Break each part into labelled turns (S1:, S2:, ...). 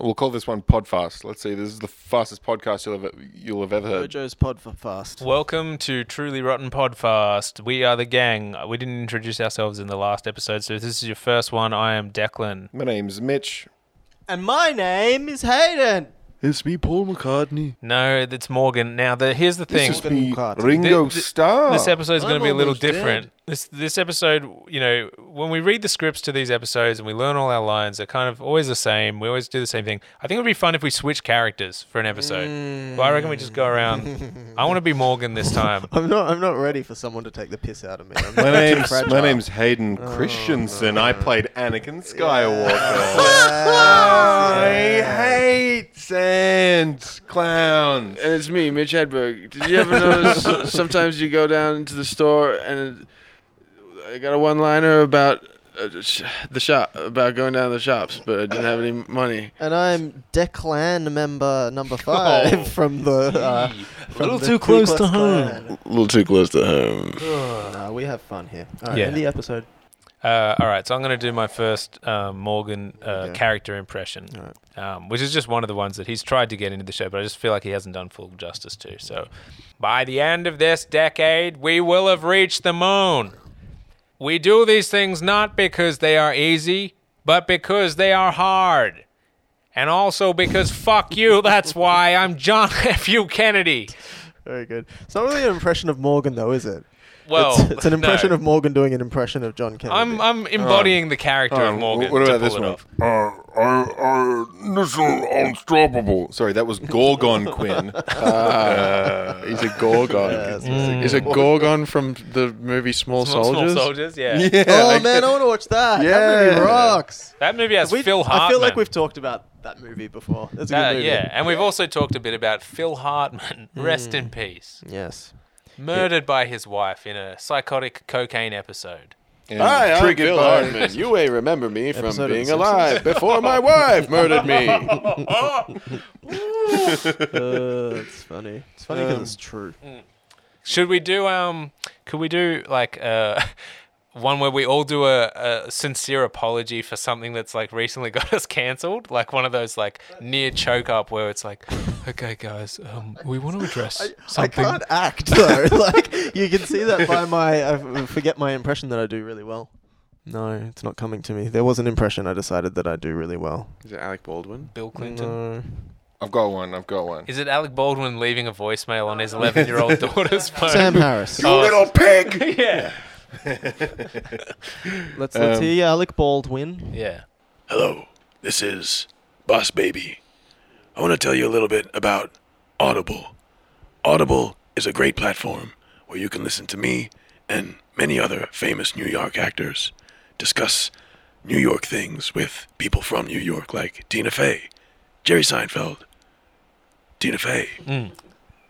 S1: We'll call this one Podfast. Let's see. This is the fastest podcast you'll have you'll have ever heard.
S2: Mojo's pod for fast.
S3: Welcome to Truly Rotten Podfast. We are the gang. We didn't introduce ourselves in the last episode, so if this is your first one, I am Declan.
S1: My name's Mitch.
S2: And my name is Hayden.
S4: It's me, Paul McCartney.
S3: No, it's Morgan. Now, the here's the thing.
S1: This is me,
S2: McCartney.
S1: Ringo
S3: Th- th-
S1: Starr.
S3: This episode's going
S4: I'm
S3: to be a little
S4: almost dead.
S3: different. This this episode, you know, when we read the scripts to these episodes and we learn all our lines, they're kind of always the same. We always do the same thing. I think it would be fun if we switch characters for an episode. But I reckon we just go around. I want to be Morgan this time.
S2: I'm not. I'm not ready for someone to take the piss out of me. I'm
S1: my
S2: too
S1: name's
S2: fragile.
S1: my name's Hayden Christensen. I played Anakin Skywalker. I hate sand clowns.
S4: And it's me, Mitch Hedberg. Did you ever notice sometimes you go down into the store and I got a one liner about uh, sh- the shop, about going down to the shops, but I didn't have any money.
S2: And I'm Declan member number five from the. Uh, from
S3: little
S2: the
S3: too
S2: Ku
S3: close
S2: Klux
S3: to home.
S2: Klan.
S4: A little too close to home.
S2: Nah, we have fun here. All right,
S3: Yeah.
S2: end the episode.
S3: Uh, all right, so I'm going to do my first um, Morgan uh,
S2: Okay.
S3: character impression, um, which is just one of the ones that he's tried to get into the show, but I just feel like he hasn't done full justice to. So, by the end of this decade, we will have reached the moon. We do these things not because they are easy, but because they are hard. And also because fuck you, that's why I'm John F. U. Kennedy.
S2: Very good. It's not really an impression of Morgan, though, is it?
S3: Well,
S2: it's, it's an
S3: Oh, no.
S2: impression of Morgan doing an impression of John Kennedy.
S3: I'm, I'm embodying the character
S1: Um,
S3: of Morgan.
S1: what
S3: to
S1: about
S3: pull
S1: this
S3: it
S1: one?
S3: off.
S1: Uh, uh, uh, this is unstoppable. Sorry, that was Gorgon Quinn. Uh, he's a Gorgon.
S2: Yeah, that's
S4: Is it Gorgon from the movie Small,
S3: Small- small
S4: Soldiers?
S3: soldiers, yeah.
S2: oh man, I want to watch that. That movie
S4: Yeah.
S2: rocks.
S3: That movie has
S2: We've-
S3: Phil Hartman.
S2: I feel like we've talked about that movie before. That's a good
S3: Uh,
S2: movie. Hmm.
S3: yeah, and we've also talked a bit about Phil Hartman, rest in peace,
S2: Yes.
S3: murdered by his wife in a psychotic cocaine episode.
S1: And
S4: Hi, I'm
S1: triggered
S4: Phil
S1: by-
S4: Hardman. You may remember me from
S2: Episode of
S4: being
S2: The
S4: alive before my wife murdered me.
S2: Uh, it's funny. Um, It's funny because it's true.
S3: Should we do um? Could we do like uh, one where we all do a, a sincere apology for something that's like recently got us cancelled, like one of those like near choke up where it's like, okay guys, um, we want to address something.
S2: I can't act though. like you can see that by my I f- forget my impression that I do really well. No, it's not coming to me. There was an impression I decided that I do really well.
S4: Is it Alec Baldwin?
S3: Bill Clinton.
S2: No.
S1: I've got one. I've got one.
S3: Is it Alec Baldwin leaving a voicemail on his 11 year old daughter's phone?
S2: Sam Harris.
S3: Oh,
S1: little pig.
S3: yeah.
S2: Let's let's
S1: Um,
S2: hear Alec Baldwin.
S3: Yeah.
S5: Hello, this is Boss Baby. I want to tell you a little bit about Audible. Audible is a great platform where you can listen to me and many other famous New York actors discuss New York things with people from New York like Tina Fey, Jerry Seinfeld, Tina Fey.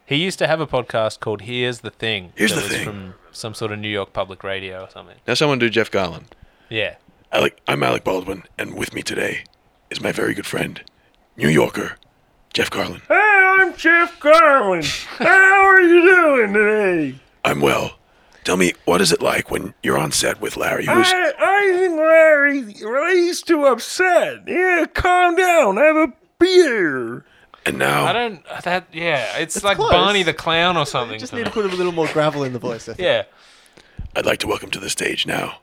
S3: He used to have a podcast called Here's the Thing.
S5: Here's
S3: that
S5: the
S3: was
S5: Thing.
S3: From some sort of New York public radio or something.
S4: Now someone do Jeff Garland.
S3: Yeah.
S5: Alec, I'm Alec Baldwin, and with me today is my very good friend, New Yorker, Jeff Carlin. Hey, I'm Jeff Carlin. How are you doing today? I'm well. Tell me, what is it like when you're on set with Larry? Who's
S6: I, I think Larry, Larry's too upset. Yeah, calm down. Have a beer.
S5: and
S3: I
S5: now
S3: don't. That. Yeah. It's,
S2: It's
S3: like
S2: close.
S3: Barney the Clown or something.
S2: You just
S3: to
S2: need to
S3: me.
S2: put a little more gravel in the voice. I think.
S3: yeah.
S5: I'd like to welcome to the stage now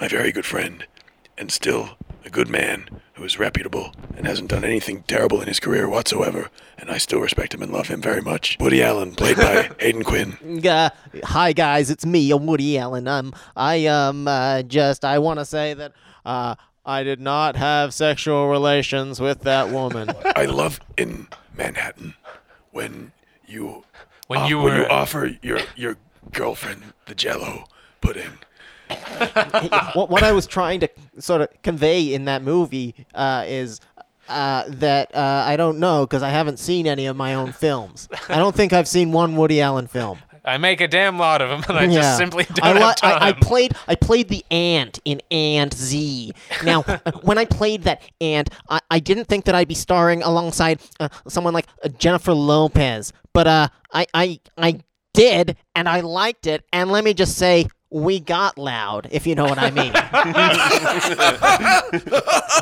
S5: my very good friend, and still a good man who is reputable and hasn't done anything terrible in his career whatsoever, and I still respect him and love him very much. Woody Allen, played by Hayden Quinn.
S2: Uh, hi guys, it's me, I'm Woody Allen. Um, I um uh, just I want to say that uh I did not have sexual relations with that woman.
S5: I love in Manhattan when you
S3: When
S5: off-
S3: you
S5: Ah, when you
S3: were-
S5: offer your your girlfriend the Jello pudding.
S2: what, what I was trying to sort of convey in that movie uh, is uh, that uh, I don't know because I haven't seen any of my own films. I don't think I've seen one Woody Allen film.
S3: I make a damn lot of them, and I just simply don't
S2: I,
S3: have
S2: li-
S3: time.
S2: I, I played I played the ant in Ant Z. Now, uh, when I played that ant, I, I didn't think that I'd be starring alongside uh, someone like uh, Jennifer Lopez, but uh, I I I did, and I liked it. And let me just say, we got loud, if you know what I mean.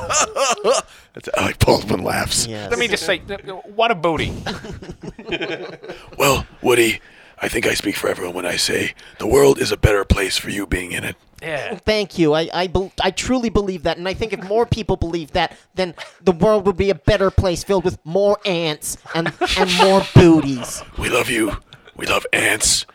S5: That's how Alec Baldwin laughs.
S2: yes.
S3: Let me just say, what a booty.
S5: Well, Woody, I think I speak for everyone when I say the world is a better place for you being in it.
S3: Yeah.
S2: Thank you. I I, bel I truly believe that, and I think if more people believe that, then the world would be a better place filled with more ants and and more booties.
S5: We love you. We love ants.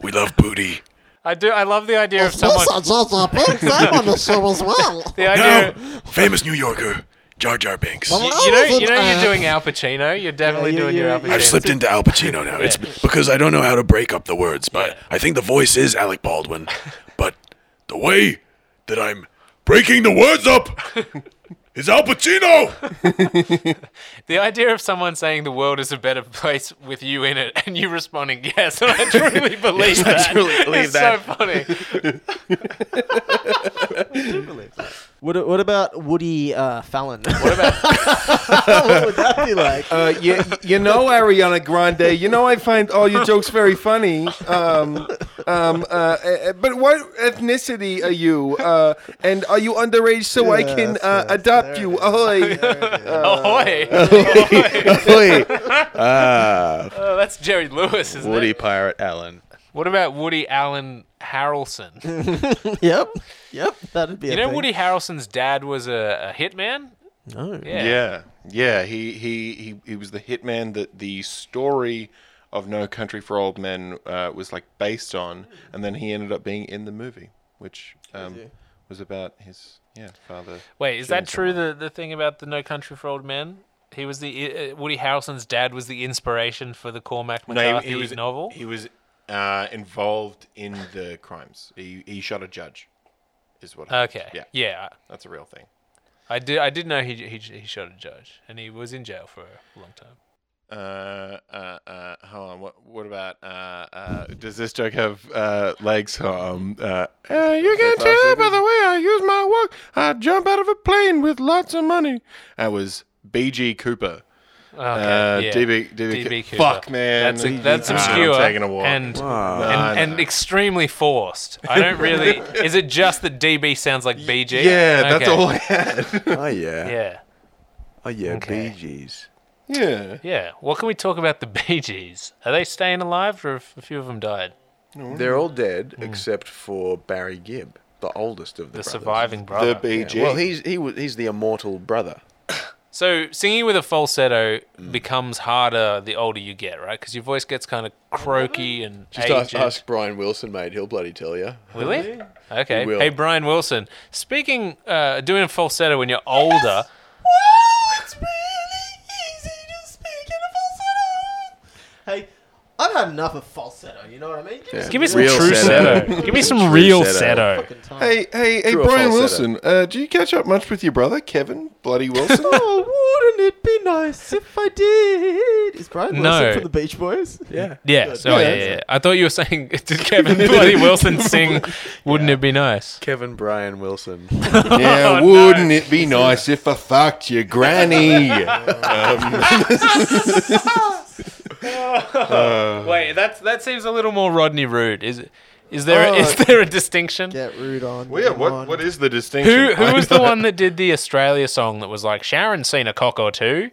S5: We love booty.
S3: I do. I love the idea of someone.
S2: just a big thing on the show as well.
S3: The
S5: Now,
S3: idea.
S5: famous New Yorker, Jar Jar Banks.
S2: Well,
S3: You,
S2: I
S3: you know,
S2: was
S3: you know,
S2: an
S3: you're
S2: ass.
S3: doing Al Pacino. You're definitely
S2: Uh, you-
S3: doing your
S2: you-
S3: Al
S2: you-
S3: Pacino.
S5: I've slipped into Al Pacino now. It's because I don't know how to break up the words, but I think the voice is Alec Baldwin. But the way that I'm breaking the words up is Al Pacino.
S3: The idea of someone saying the world is a better place with you in it, and you responding yes, and I truly believe that.
S7: truly believe that.
S3: it's so funny.
S2: What what about Woody uh, Fallon? What about what would that be like?
S1: Uh, you, you know Ariana Grande. You know I find all your jokes very funny. Um, um, uh, uh, but what ethnicity are you? Uh, and are you underage so I can
S2: Yes,
S1: uh,
S2: yes,
S1: adopt you? Ahoy!
S8: Oh,
S7: Uh,
S3: Ahoy!
S7: Ah,
S3: Oh, that's Jerry Lewis, isn't
S7: Woody
S3: it?
S7: Pirate Allen.
S3: What about Woody Allen Harrelson?
S2: Yep, yep, that'd be.
S3: You
S2: a
S3: know
S2: thing.
S3: Woody Harrelson's dad was a, a hitman.
S2: No.
S3: Yeah.
S1: Yeah, yeah. He he he, he was the hitman that the story of No Country for Old Men uh, was like based on, and then he ended up being in the movie, which um, was about his yeah father.
S3: Wait, is that true?
S2: uh-huh.
S3: The the thing about the No Country for Old Men. He was the uh, Woody Harrelson's dad was the inspiration for the Cormac McCarthy novel.
S1: He was uh, involved in the crimes. He he shot a judge, is what.
S3: okay.
S1: Yeah.
S3: Yeah.
S1: That's a real thing.
S3: I did. I did know he, he he shot a judge, and he was in jail for a long time.
S1: Uh, uh, uh, hold on. What, what about? Uh, uh, does this joke have uh, legs? Um, uh, uh, you can tell by the way I use my walk. I jump out of a plane with lots of money. That was B.G. Cooper.
S3: Okay,
S1: uh,
S3: yeah.
S1: DB, DB,
S3: DB Cooper.
S1: Fuck, man.
S3: That's, a, that's
S1: Ah, I'm
S3: obscure
S1: taking a walk.
S3: and
S1: Nah,
S3: and, and
S1: nah.
S3: extremely forced. I don't really. is it just that DB sounds like BG?
S1: yeah, that's
S3: Okay.
S1: all I had.
S8: Oh yeah.
S3: Yeah,
S8: Oh yeah.
S3: Okay.
S8: Bee Gees.
S1: yeah.
S3: yeah. What can we talk about the Bee Gees? Are they staying alive, or have a few of them died?
S8: They're all dead
S2: Mm.
S8: except for Barry Gibb, the oldest of the,
S3: The
S8: brothers.
S3: surviving
S1: The
S3: brother.
S1: BG.
S8: Well, he's he was he's the immortal brother.
S3: so singing with a falsetto
S1: Mm.
S3: becomes harder the older you get, right? Because your voice gets kind of croaky and
S8: Just
S3: aged.
S8: ask, ask Brian Wilson, mate. He'll bloody tell you.
S3: Will he? Okay.
S8: He will.
S3: Hey, Brian Wilson. Speaking, uh, doing a falsetto when you're older.
S2: Hey, I've had enough of falsetto. You know what I mean? Give me
S3: Give me some
S8: Real
S3: true
S8: setto.
S3: setto. Give me some real
S8: setto.
S3: setto.
S2: some time.
S1: Hey, hey, hey,
S8: True or
S1: Brian
S8: falsetto?
S1: Wilson. Uh, do you catch up much with your brother, Kevin Bloody Wilson?
S2: Oh, wouldn't it be nice if I did? Is Brian
S3: No.
S2: Wilson from the Beach Boys?
S8: Yeah.
S3: Yeah, so Oh, yeah, yeah, yeah. I thought you were saying did Kevin Bloody Wilson sing Wouldn't It Be Nice?
S8: Kevin Brian Wilson.
S3: Oh,
S1: Now, wouldn't it be nice if I fucked your granny?
S3: Um, Wait, that's that seems a little more Rodney Rude. Is is there is there a distinction?
S2: Oh. Get rude on.
S1: well, yeah,
S2: come
S1: what,
S2: on.
S1: what is the distinction?
S3: Who who was the one that did the Australia song that was like Sharon's seen a cock or two?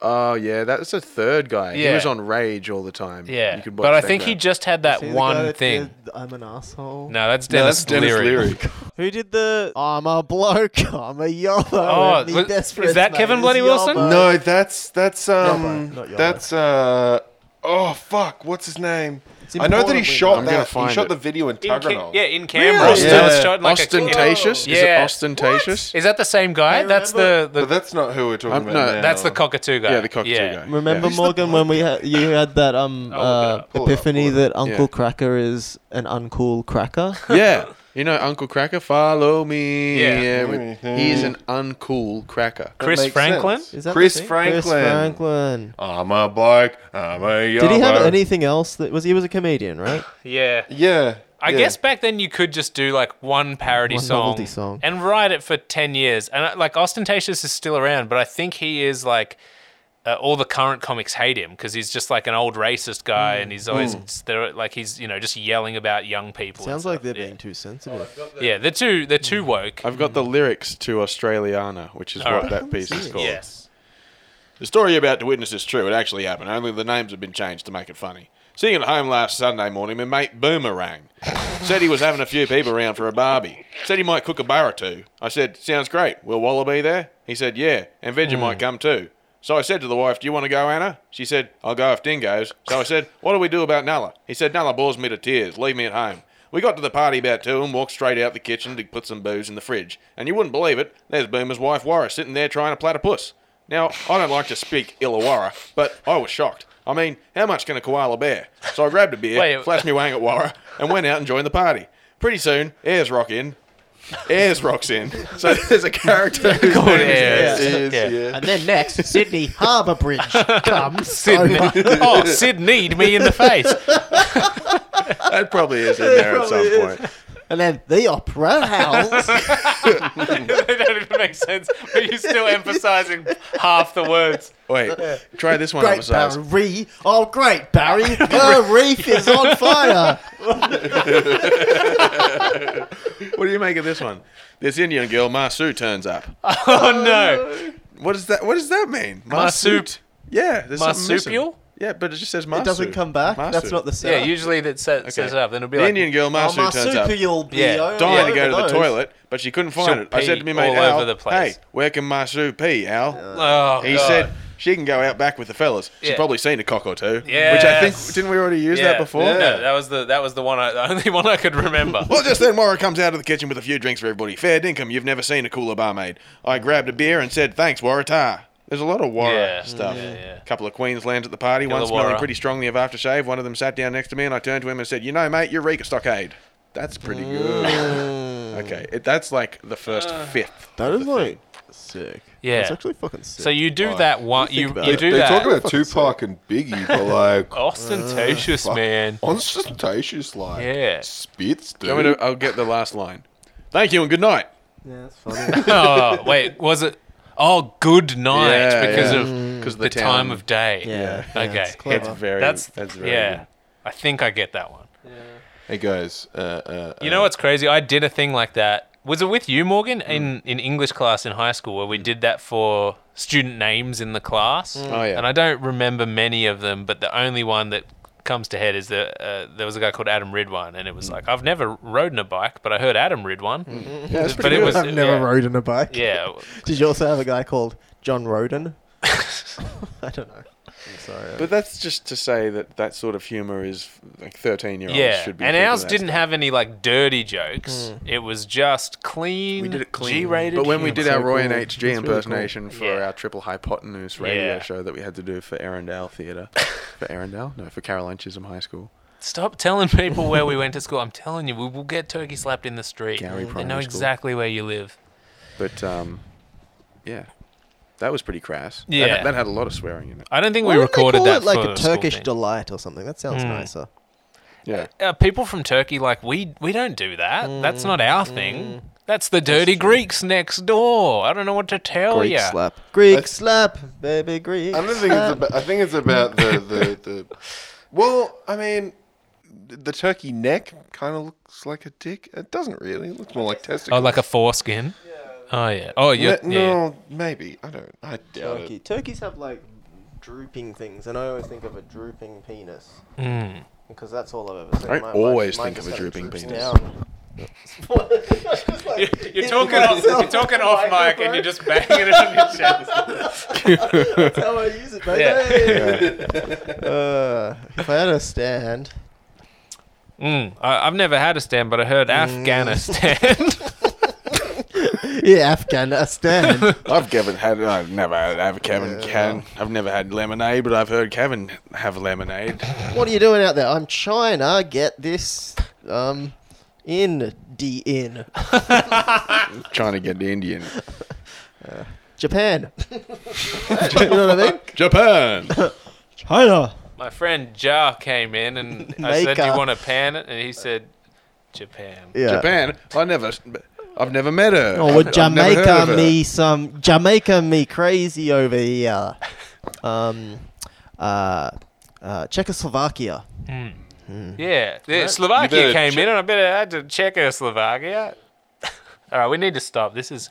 S8: Oh yeah, that's the third guy. He
S3: Yeah.
S8: was on Rage all the time.
S3: Yeah,
S8: You could watch
S3: but I
S8: that
S3: think
S8: guy.
S3: he just had that
S2: See the guy
S3: one
S2: that
S3: thing.
S2: did I'm an asshole.
S3: No, that's
S1: No,
S3: Dennis, Leary.
S2: Who did the I'm a bloke, I'm a yellow.
S3: Oh,
S2: and me
S3: was-
S2: desperate
S3: is that
S2: mate
S3: Kevin
S2: is
S3: Bloody Wilson?
S2: yellow.
S1: no, that's that's um
S2: Yolo, not Yolo.
S1: that's uh oh fuck, what's his name?
S2: It's
S1: I know that he
S2: important we-
S1: shot
S8: I'm gonna
S1: that. He
S8: find
S1: shot
S8: it.
S1: the video in
S3: In Ca-
S1: Tuggeranong.
S3: yeah, in Canberra.
S1: Really?
S3: That was
S1: Yeah.
S3: shot like a-
S8: ostentatious. Is
S3: Yeah.
S8: it ostentatious?
S3: Is that the same guy? That's the, the
S1: but that's not who we're talking
S8: Um,
S1: about.
S8: no,
S1: now.
S3: that's the cockatoo guy.
S8: Yeah, the cockatoo guy.
S2: Remember
S8: Yeah.
S2: Morgan when we had, you had that um
S3: I'll look it
S2: uh,
S3: up.
S1: Pull it up,
S2: epiphany
S1: pull
S2: that Uncle
S8: Yeah.
S2: Cracker is an uncool cracker?
S8: yeah. You know, Uncle Cracker, follow me.
S3: Yeah.
S8: with- he is an uncool cracker.
S1: That
S3: Chris
S1: makes
S3: Franklin?
S1: sense.
S2: Is that the
S1: Chris
S2: thing?
S1: Franklin. Oh.
S2: Chris Franklin.
S1: I'm a bloke. I'm a
S2: Did he have
S1: yolo.
S2: anything else that was he was a comedian, right?
S3: Yeah.
S1: Yeah.
S3: I
S1: yeah.
S3: guess back then you could just do like one parody
S2: One
S3: song,
S2: novelty song.
S3: and write it for 10 years. And uh, like Ostentatious is still around, but I think he is like uh, all the current comics hate him because he's just like an old racist guy, and he's always they're, like he's you know just yelling about young people. and
S9: Sounds like they're
S3: stuff.
S9: being too sensitive.
S3: yeah. yeah, they're too they're too woke.
S8: I've got the lyrics to Australiana, which is
S3: All
S8: what
S3: right.
S8: that piece is called.
S3: Yes.
S10: The story you're about to witness is true. It actually happened. Only the names have been changed to make it funny. Sitting at home last Sunday morning, my mate Boomerang said he was having a few people around for a barbie. Said he might cook a bar or two. I said, "Sounds great. Will Waller be there?" He said, "Yeah, and Veggie might come too." So I said to the wife, "Do you want to go, Anna?" She said, "I'll go if Din goes." So I said, "What do we do about Nala?" He said, "Nala bores me to tears. Leave me at home." We got to the party about two and walked straight out the kitchen to put some booze in the fridge. And you wouldn't believe it, there's Boomer's wife, Warra, sitting there trying to plait a puss. Now, I don't like to speak ill of Warra, but I was shocked. I mean, how much can a koala bear? So I grabbed a beer,
S3: Wait.
S10: flashed me wang at Warra, and went out and joined the party. Pretty soon, Airs rock in. Airs rocks in. So there's a character who's
S3: Good
S10: named-
S3: airs. Yeah.
S9: And then next, Sydney Harbour Bridge comes.
S3: um, Sid, oh, Sid kneed me in the face.
S11: That probably is in there at some point.
S9: And then the Opera House.
S3: they don't even make sense, but you're still emphasizing half the words.
S8: Wait, try this one
S9: Great
S8: emphasized.
S9: Barry. Oh, great Barry. Her reef is on fire.
S10: What do you make of this one? This Indian girl, Marsu, turns up.
S3: Oh no,
S10: What does that? What does that mean?
S3: marsup,
S10: Yeah, there's something missing.
S3: marsupial.
S10: Yeah, but it just says Marsu.
S9: It doesn't come back. That's
S10: Marsu.
S9: not the setup.
S3: Yeah, usually that sa- says it up. Then it'll be
S10: The
S3: like
S10: Indian girl
S9: Oh,
S10: Marsu turns up.
S9: marsupial be
S3: Yeah,
S9: oh,
S10: Dying
S9: yeah,
S10: to go to the
S9: those.
S10: toilet, but she couldn't find
S3: She'll
S10: it. I said
S3: pee
S10: to me mate
S3: all
S10: Al,
S3: over the place.
S10: "Hey, where can Marsu pee, Al?"
S3: Oh,
S10: he
S3: God.
S10: said she can go out back with the fellas. She's
S3: Yeah.
S10: probably seen a cock or two. Which I
S3: Yes.
S10: think didn't we already use that
S3: Yeah.
S10: before?
S3: No, that was the that was the one I, the only one I could remember.
S10: Well, just then, Mara comes out of the kitchen with a few drinks for everybody. Fair dinkum, you've never seen a cooler barmaid. I grabbed a beer and said, thanks, Waratah. There's a lot of Warra
S3: Yeah.
S10: stuff.
S3: Yeah, yeah.
S10: couple of Queenslands at the party,
S3: Couple
S10: one
S3: of
S10: smelling
S3: Warra.
S10: pretty strongly of aftershave. One of them sat down next to me, and I turned to him and said, you know, mate, Eureka Stockade. That's pretty good.
S9: Mm.
S10: okay, it, that's like the first
S3: Uh.
S10: fifth.
S9: That is like sick.
S3: Yeah.
S9: It's actually fucking sick.
S3: so you do that one. You
S9: about
S3: you
S9: it.
S3: do
S1: they
S3: that.
S1: talk about Tupac and Biggie, but like
S3: ostentatious, man.
S1: ostentatious, like
S3: Yeah.
S1: spits, dude.
S10: I'm gonna, I'll get the last line. Thank you and good night.
S9: yeah, that's funny.
S3: oh wait, was it? Oh, good night
S10: Yeah,
S3: because
S10: yeah.
S3: of
S10: 'Cause of
S3: the,
S10: the
S3: time
S10: town.
S3: of day.
S9: Mm. Yeah, yeah,
S3: Okay.
S9: it's clever.
S10: It's very,
S3: that's
S10: that's, very
S3: yeah.
S10: good.
S3: I think I get that one.
S1: hey guys, uh, uh,
S3: You know what's crazy? I did a thing like that. Was it with you, Morgan,
S10: Mm.
S3: in, in English class in high school where we did that for student names in the class?
S9: Mm.
S10: Oh, yeah.
S3: And I don't remember many of them, but the only one that comes to head is that uh, there was a guy called Adam Ridwan, and it
S10: Mm.
S3: was like, I've never ridden a bike, but I heard Adam Ridwan.
S9: Mm.
S1: yeah, that's
S3: But it was.
S9: I've never
S3: yeah,
S9: rode in a bike.
S3: Yeah.
S9: Did you also have a guy called John Roden? I don't know. I'm sorry.
S8: But that's just to say that that sort of humor is like 13 year olds
S3: Yeah.
S8: should be.
S3: And
S8: thinking
S3: ours
S8: that
S3: didn't have any like dirty jokes.
S9: Hmm.
S3: It was just clean.
S8: We did it clean.
S3: G-rated
S8: But when we
S3: humor.
S8: did
S9: so
S8: our Roy and
S9: cool.
S8: HG
S9: really cool.
S8: impersonation for
S3: Yeah.
S8: our Triple Hypotenuse radio
S3: Yeah.
S8: show that we had to do for Arendelle Theatre. for Arendelle? No, for Caroline Chisholm High School.
S3: Stop telling people where we went to school. I'm telling you, we will get turkey slapped in the street.
S8: Gary
S3: they know
S8: Primary School.
S3: exactly where you live.
S8: But, um, yeah. That was pretty crass. That-
S3: Yeah.
S8: That, had a lot of swearing in it.
S3: I don't think
S9: Why
S3: we
S9: don't they
S3: recorded
S9: call
S3: that
S9: it like
S3: for
S9: a
S3: school
S9: Turkish
S3: thing.
S9: delight or something. That sounds nicer.
S8: Yeah.
S3: Uh, people from Turkey, like we, we don't do that. That's not our
S9: Mm.
S3: thing. That's the dirty Greeks next door. I don't know what to tell
S8: Greek
S3: you.
S8: slap.
S9: Greek
S1: I-
S9: slap, baby Greek.
S1: I don't think
S9: Uh,
S1: it's about, I think it's about the, the, the well, I mean, the turkey neck kind of looks like a dick. It doesn't really. It looks more like
S3: Oh,
S1: testicles.
S3: like a foreskin. Oh yeah. Oh
S1: Ne-
S3: you're,
S1: no,
S3: yeah.
S1: maybe I don't. I doubt
S9: Turkey.
S1: it.
S9: Turkeys have like drooping things, and I always think of a drooping penis. Because that's all I've ever seen.
S10: I
S9: My- my-
S10: always
S9: mine
S10: think of
S9: just
S10: a
S9: kinda
S10: drooping
S9: droops
S10: penis.
S9: down. Just like-
S3: You're
S9: Hit
S3: talking off.
S9: myself
S3: You're talking off mic, and
S9: microphone.
S3: you're just banging it on your chest.
S9: That's how I use it, baby.
S3: Yeah.
S9: Uh, if I had a stand,
S3: Mm, I, I've never had a stand, but I heard Afghanistan.
S9: yeah, Afghan a stand.
S10: I've Kevin had. I've never had. I've Kevin can. I've never had lemonade, but I've heard Kevin have lemonade.
S9: what are you doing out there? I'm China. Get this, um, in D in
S10: trying to get the Indian.
S9: Japan. you know what I mean?
S10: Japan.
S9: China.
S3: My friend Ja came in and I said, "Do you
S9: Maker.
S3: want to pan it?" And he said, "Japan."
S9: Yeah.
S10: Japan. I never. I've never met her.
S9: Oh, well,
S10: I've never heard
S9: Jamaica
S10: of her.
S9: me some Jamaica me crazy over here. um, uh, uh, Czechoslovakia.
S3: Yeah, the- Slovakia
S1: better
S3: came
S1: che-
S3: in, and I better had to Czechoslovakia. All right, we need to stop. This is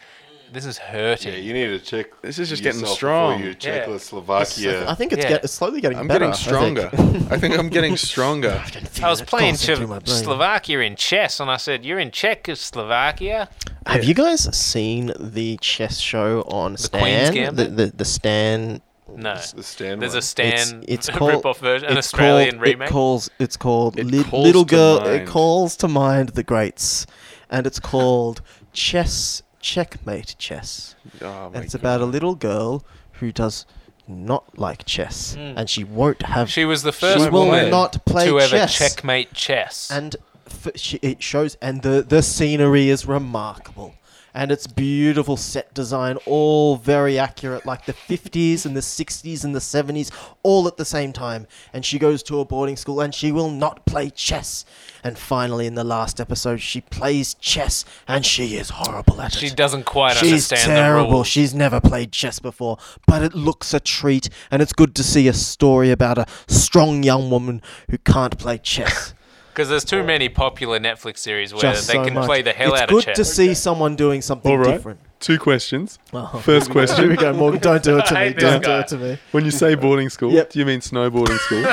S3: this is hurting.
S1: Yeah, you need to check.
S10: This is just getting
S1: yourself
S10: strong.
S1: Before you
S3: Yeah.
S1: Czechoslovakia.
S9: I think it's
S3: Yeah.
S9: get, it's slowly getting
S10: I'm
S9: better.
S10: getting stronger. I think. I'm getting stronger.
S3: I was playing
S9: Czech.
S3: Czech- Slovakia in chess, and I said, "You're in Czechoslovakia."
S9: Have you guys seen the chess show on
S3: Queen's
S9: Stan? the,
S3: Gambit?
S9: the the Stan.
S3: No,
S1: the stand
S3: there's
S1: one.
S3: a Stan
S9: it's, it's
S3: rip-off
S9: called
S3: version, an
S9: it's
S3: Australian
S9: called,
S3: remake.
S9: It calls it's called
S10: It
S9: Li-
S10: calls
S9: Little
S10: to
S9: Girl. It
S10: mind.
S9: calls to mind the greats, and it's called Chess Checkmate Chess.
S10: Oh
S9: And
S10: my
S9: it's about a little girl who does not like chess, and she won't have.
S3: she was the first
S9: will
S3: woman
S9: not play
S3: to ever
S9: chess.
S3: checkmate chess.
S9: and f- she, it shows and the the scenery is remarkable and it's beautiful set design all very accurate like the 50s and the 60s and the 70s all at the same time and she goes to a boarding school and she will not play chess and finally in the last episode she plays chess and she is horrible at
S3: she
S9: it
S3: doesn't quite
S9: She's
S3: understand
S9: terrible.
S3: the rules.
S9: She's never played chess before, but it looks a treat, and it's good to see a story about a strong young woman who can't play chess.
S3: Because there's too many popular Netflix series where
S9: Just
S3: they
S9: so
S3: can
S9: much.
S3: play the hell
S9: it's
S3: out
S9: good
S3: of chess.
S9: to see someone doing something
S12: All right.
S9: different.
S12: Two questions.
S9: Oh.
S12: First
S9: Here we
S12: question.
S9: go, Morgan. Don't do it to
S3: I
S9: me.
S3: hate this
S9: Don't do
S3: guy.
S9: it to me.
S12: When you say boarding school,
S9: Yep.
S12: do you mean snowboarding school?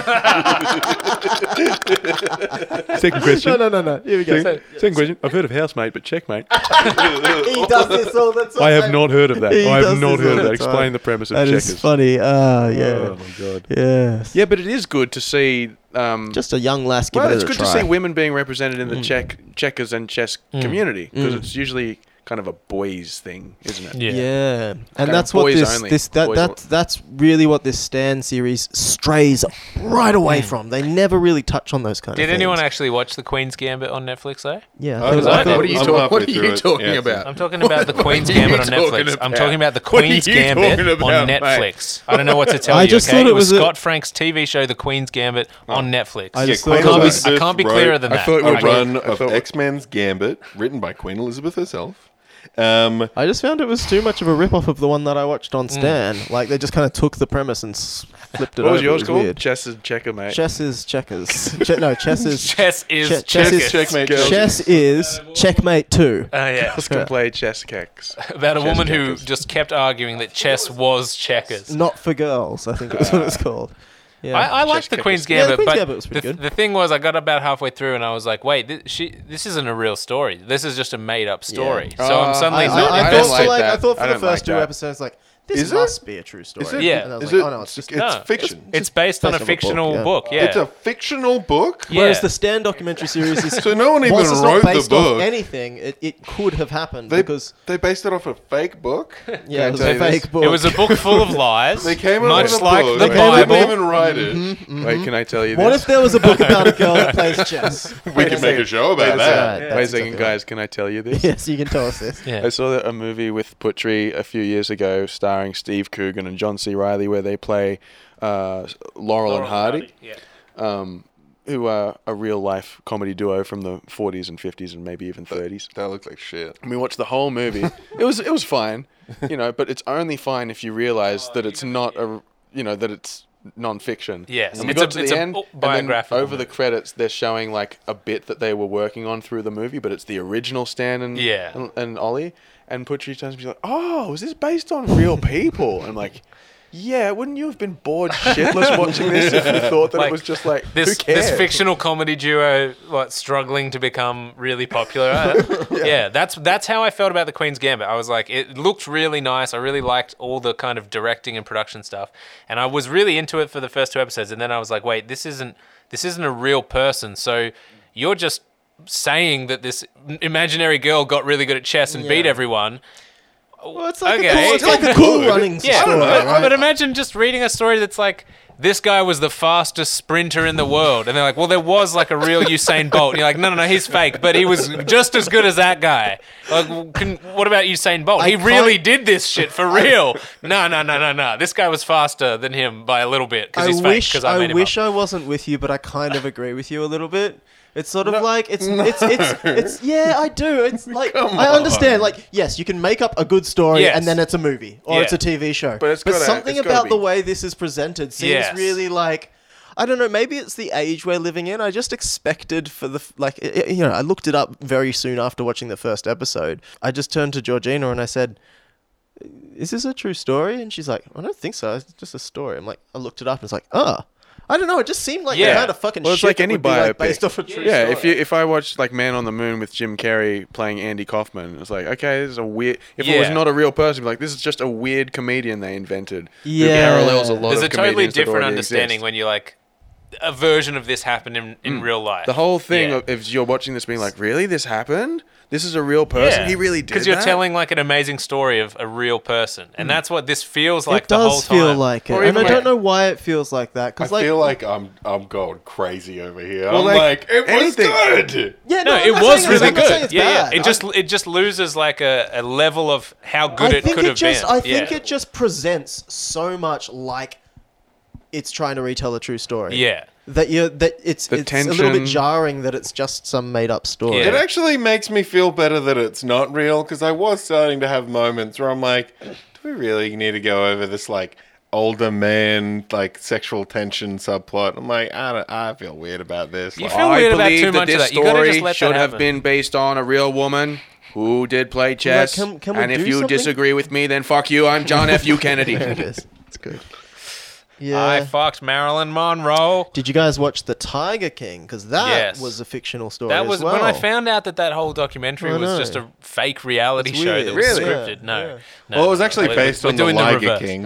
S12: Second question.
S9: No, no, no, no. Here we go.
S12: Second, second question. I've heard of housemate, but checkmate.
S9: He does this all the time.
S12: I have not heard of that.
S9: He
S12: I
S9: does
S12: have not
S9: this
S12: heard
S9: all
S12: of
S9: the
S12: that.
S9: time.
S12: Explain the premise of
S9: That
S12: checkers.
S9: is funny. Ah, yeah.
S12: Oh my god.
S9: Yes.
S10: Yeah, but it is good to see. Um,
S9: Just a young lass give
S10: well,
S9: it
S10: it's
S9: a
S10: good
S9: try.
S10: to see women being represented in the
S12: Mm.
S10: check checkers and chess community
S9: Mm.
S10: because it's usually kind of a boys thing, isn't it?
S3: Yeah.
S9: yeah.
S10: Kind
S9: and
S10: of
S9: that's what
S10: boys
S9: this
S10: only.
S9: this that,
S10: Boys
S9: that that's really what this Stan series strays right away from. They never really touch on those kind of
S3: Did
S9: things.
S3: anyone actually watch The Queen's Gambit on Netflix, though?
S9: Yeah.
S1: I was-
S9: thought-
S1: I thought-
S10: What are you,
S1: I'm
S10: talk-
S1: halfway
S10: what are
S1: through
S10: you
S1: it.
S10: talking
S1: Yeah,
S10: about?
S3: I'm talking about The Queen's
S10: what are
S3: Gambit on
S10: you talking
S3: Netflix. I'm
S10: about?
S3: talking about The
S10: What are
S3: Queen's
S10: you
S3: Gambit
S10: talking
S3: on
S10: about, mate?
S3: Netflix. I don't know what to tell
S9: I
S3: you.
S9: just
S3: okay?
S9: thought it was a- Oh.
S3: Scott Frank's TV show, The Queen's Gambit, on Netflix. I,
S9: just
S1: Queen
S9: thought it
S3: can't,
S9: was-
S1: Elizabeth
S3: be, I can't be
S1: wrote-
S3: clearer than
S10: I
S3: that.
S10: thought it
S1: a
S10: Right.
S1: run
S10: I
S1: of
S10: thought-
S1: X Men's Gambit, written by Queen Elizabeth herself. Um,
S9: I just found it was too much of a rip off of the one that I watched on Stan. Like they just kind of took the premise and s- flipped it
S10: What was
S9: over. It
S10: yours called?
S9: weird.
S10: Chess and checker, mate.
S9: Chess is checkers. che- no, chess is
S3: Chess is
S9: che-
S3: checkers.
S9: is
S1: Checkmate, girls.
S9: Chess is checkmate two.
S3: Oh, yeah.
S10: Girls can play chess kicks.
S3: About a
S10: Chess
S3: woman who
S10: checkers.
S3: just kept arguing that chess was checkers.
S9: Not for girls, I think that's what it's called. Yeah.
S3: I, I liked the
S10: checkers.
S3: Queen's
S9: Yeah, the
S3: Gambit,
S9: Queen's
S3: but
S9: Gambit was pretty
S3: the,
S9: good.
S3: the thing was, I got about halfway through and I was like, "Wait, this, she, this isn't a real story. This is just a made-up story." So I'm
S10: Uh,
S3: suddenly
S9: I,
S10: no,
S9: I-
S3: not
S9: I
S10: I
S9: thought
S10: don't
S9: for
S10: like
S9: like I
S10: that.
S9: thought for
S10: I
S9: the
S10: don't like
S9: first two
S10: that.
S9: episodes, like this
S1: Is it?
S9: must be a true story.
S1: Is it?
S3: Yeah.
S9: And I was
S1: Is
S9: like,
S1: it-
S9: oh no, it's just.
S1: it's
S3: No.
S1: fiction.
S3: It's based on a
S9: based on a book,
S3: fictional
S9: yeah.
S3: book. Yeah.
S1: It's a fictional book.
S3: Yeah.
S9: Whereas the Stan documentary series is
S1: So no one even
S9: whilst it's
S1: wrote
S9: not
S1: the
S9: based
S1: book.
S9: off anything, it, it could have happened
S1: they,
S9: because
S1: they based it off a fake book.
S9: yeah, it was
S10: tell
S9: a
S10: you this?
S9: fake book.
S3: It was a book full of lies.
S1: They came up
S3: much
S1: with a
S3: like
S1: book.
S3: the
S1: They
S3: Bible.
S1: didn't even write it.
S10: Wait, can I tell you
S9: Mm-hmm. What
S10: this?
S9: if there was a book about a girl that plays chess?
S1: We can make a show
S10: Wait
S1: about
S10: a
S1: that.
S10: second,
S9: Yeah,
S10: Wait a
S9: that's
S10: second,
S9: exactly right.
S10: guys. Can I tell you this?
S9: yes, you can tell us this.
S3: Yeah.
S10: I saw that a movie with Putri a few years ago, starring Steve Coogan and John C. Riley, where they play uh, Laurel, and Hardy,
S3: Yeah.
S10: Um, who are a real life comedy duo from the 40s and 50s and maybe even 30s.
S1: That looked like shit.
S10: And we watched the whole movie. it was it was fine, you know, but it's only fine if you realize that it's not a you know that it's non-fiction.
S3: Yes.
S10: and we
S3: It's
S10: got
S3: a-
S10: to the
S3: it's a
S10: end,
S3: bu-
S10: and then
S3: biographical
S10: over
S3: movie.
S10: the credits, they're showing like a bit that they were working on through the movie, but it's the original Stan and
S3: Yeah.
S10: and, and Ollie. And Putri turns to me like, "Oh, is this based on real people?" And I'm like. Yeah, wouldn't you have been bored shitless watching this if you thought that
S3: Like,
S10: it was just like who
S3: This
S10: cares?
S3: this fictional comedy duo like struggling to become really popular. I- yeah. that's that's how I felt about the Queen's Gambit. I was like, it looked really nice. I really liked all the kind of directing and production stuff, and I was really into it for the first two episodes. And then I was like, wait, this isn't this isn't a real person. So you're just saying that this imaginary girl got really good at chess and beat everyone.
S9: Well, it's like
S3: Okay.
S9: a cool, it's like a cool running
S3: Yeah,
S9: story.
S3: but,
S9: right?
S3: but imagine just reading a story that's like, this guy was the fastest sprinter in the world, and they're like, well, there was like a real Usain Bolt, and you're like, no, no, no, he's fake, but he was just as good as that guy. Like, well, can, what about Usain Bolt? he
S9: can't-
S3: really did this shit for real. No, no, no, no, no. This guy was faster than him by a little bit because
S9: I
S3: he's fake.
S9: wish
S3: Because I,
S9: I,
S3: made him
S9: wish
S3: up.
S9: I wasn't with you, but I kind of agree with you a little bit. It's sort of like it's, it's it's it's yeah, I do. It's like I understand. Like yes, you can make up a good story
S3: Yes.
S9: and then it's a movie or
S3: Yeah.
S9: it's a TV show.
S13: But it's gotta-
S9: something
S13: it's gotta
S9: about the
S13: be.
S9: way this is presented seems
S3: Yes.
S9: really like I don't know. Maybe it's the age we're living in. I just expected for the f- like i i- you know. I looked it up very soon after watching the first episode. I just turned to Georgina and I said. Is this a true story? And she's like, I don't think so. It's just a story. I'm like, I looked it up and it's like, oh, I don't know. It just seemed like they
S3: Yeah.
S9: had a fucking
S10: Well, it's
S9: shit
S10: like
S9: that
S10: any
S9: would be, like,
S10: biopic.
S9: based off a true
S10: Yeah,
S9: story.
S10: if you if I watched like Man on the Moon with Jim Carrey playing Andy Kaufman, it's like okay, this is a weird. If it was
S3: Yeah.
S10: not a real person, it'd be like this is just a weird comedian they invented. who
S9: Yeah.
S10: parallels a lot
S3: There's
S10: of
S3: a totally
S10: comedians that
S3: different
S10: already
S3: understanding
S10: exist. Hmm.
S3: when you're like, a version of this happened in, in real life.
S10: the whole thing
S3: Yeah.
S10: of if you're watching this, being like, really, this happened? This is a real person. He really did.
S3: Because you're
S10: that?
S3: telling like an amazing story of a real person, and that's what this feels like.
S9: it
S3: the
S9: does
S3: whole time.
S9: feel like it,
S10: Or
S9: and
S10: even
S9: I don't
S10: like-
S9: know why it feels like that.
S1: I
S9: Because like,
S1: feel like I'm I'm going crazy over here. I'm
S10: like,
S1: like, it was
S10: anything-
S1: good.
S9: yeah,
S3: No,
S9: I'm
S3: it was
S9: not saying it's-
S3: really
S9: I'm not saying
S3: good.
S9: it's
S3: Yeah, yeah.
S9: bad.
S3: It just it just loses like a, a level of how
S9: I,
S3: good
S9: I
S3: it
S9: think
S3: could have
S9: it just,
S3: been.
S9: I think
S3: yeah.
S9: it just presents so much like it's trying to retell a true story.
S3: Yeah.
S9: that you that it's
S10: The
S9: it's a little
S10: tension.
S9: bit jarring that it's just some made up story.
S1: It
S3: Yeah.
S1: actually makes me feel better that it's not real because I was starting to have moments where I'm like, do we really need to go over this like older man like sexual tension subplot? I'm like, I don't, I feel weird about this.
S3: You
S1: Like,
S3: feel
S10: I
S3: weird about
S10: believe
S3: too
S10: that
S3: much of
S10: this
S3: that. You gotta
S10: story
S3: just let
S10: should
S3: that
S10: have
S3: happen.
S10: been based on a real woman who did play chess.
S9: can- can we
S10: and if
S9: do
S10: you
S9: something?
S10: disagree with me, then fuck you. I'm John F. U. Kennedy.
S9: There it is. It's good. Yeah.
S3: I fucked Marilyn Monroe.
S9: Did you guys watch The Tiger King? Because that
S3: Yes.
S9: was a fictional story.
S3: That
S9: as
S3: was
S9: well.
S3: when I found out that that whole documentary
S9: I
S3: was
S9: know.
S3: just a fake reality
S9: It's
S3: show
S9: weird.
S3: that was
S9: Really?
S3: scripted.
S9: Yeah,
S3: No,
S9: yeah.
S3: no,
S1: well, it was
S3: no, no.
S1: actually
S3: We're-
S1: based
S3: we're
S1: on the
S3: doing
S1: Liger
S3: reverse.
S1: King.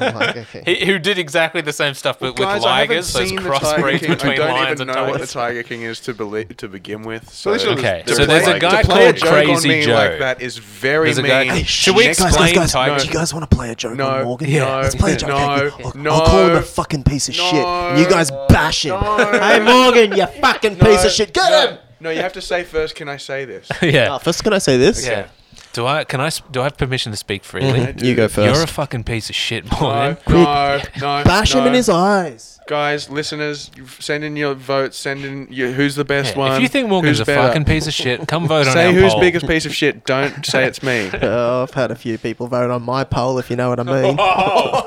S9: I'm like, okay.
S3: He, who did exactly the same stuff but with
S10: Guys, I haven't
S3: ligers, those
S10: seen the Tiger
S3: crossbreeds
S10: King. I
S3: between
S10: don't
S3: lions
S10: even
S3: and
S10: know what the
S3: tigers.
S10: Tiger King is to belie- to begin with.
S1: So
S10: So
S1: they should've
S3: Okay,
S1: just
S3: so there's a
S1: played-
S3: guy
S10: to play a
S3: called
S10: joke on
S3: Crazy
S10: me
S3: Joe.
S10: like that is very
S3: There's a
S10: mean.
S3: guy- Should we
S9: guys,
S3: explain
S9: guys, guys,
S3: Tiger?
S10: No.
S9: Do you guys want to play a joke
S10: No.
S9: on Morgan?
S10: Yeah.
S9: Let's play a joke.
S10: No.
S9: I'll,
S10: No.
S9: I'll call him a fucking piece of
S10: No.
S9: shit. And you guys bash him.
S10: No.
S9: Hey, Morgan, you fucking piece of shit. Get him!
S10: No, you have to say first. Can I say this?
S3: yeah,
S9: Oh, first, can I say this?
S3: yeah. Do I can I s- do I have permission to speak freely?
S9: You
S3: You're
S9: go
S3: a
S9: Mm-hmm. first.
S3: fucking piece of shit,
S10: No,
S3: Morgan.
S10: no, no.
S9: Bash him
S10: no.
S9: in his eyes.
S10: guys, listeners. you f- Send in your votes. Send in your, who's the best
S3: Yeah,
S10: one.
S3: If you think Morgan's
S10: who's
S3: a
S10: better.
S3: fucking piece of shit, come vote on
S10: say
S3: our
S10: who's
S3: poll.
S10: biggest piece of shit. Don't say it's me.
S9: Oh, I've had a few people vote on my poll, if you know what I mean.
S10: Oh,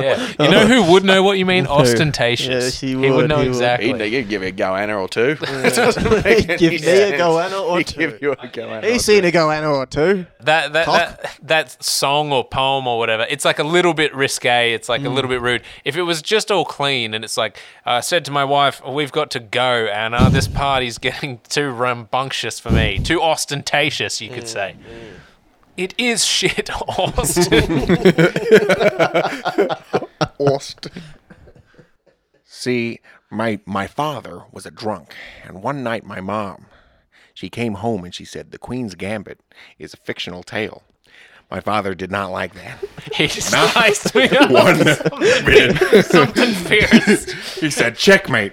S3: Yeah. You know who would know what you mean? Ostentatious.
S9: Yes, he
S3: he, would,
S9: would,
S3: know
S9: he would.
S3: exactly.
S10: He'd, he'd give you a goanna or two. It doesn't make
S9: He'd
S10: any
S9: give me a
S10: sense.
S9: goanna or
S10: He'd
S9: two.
S10: give you a goanna or
S9: He's seen a goanna or two.
S3: That that,
S9: Cock?
S3: that that song or poem or whatever, it's like a little bit risque. It's like a little bit rude. If it was just all clean and it's like uh, I said to my wife, "Oh, "We've got to go, Anna. This party's getting too rambunctious for me, too ostentatious." You could say. It is shit, Austin.
S13: See, my my father was a drunk, and one night my mom, she came home and she said the Queen's Gambit is a fictional tale. My father did not like that.
S3: he sliced me up.
S13: One bit.
S3: Something fierce.
S13: He said checkmate.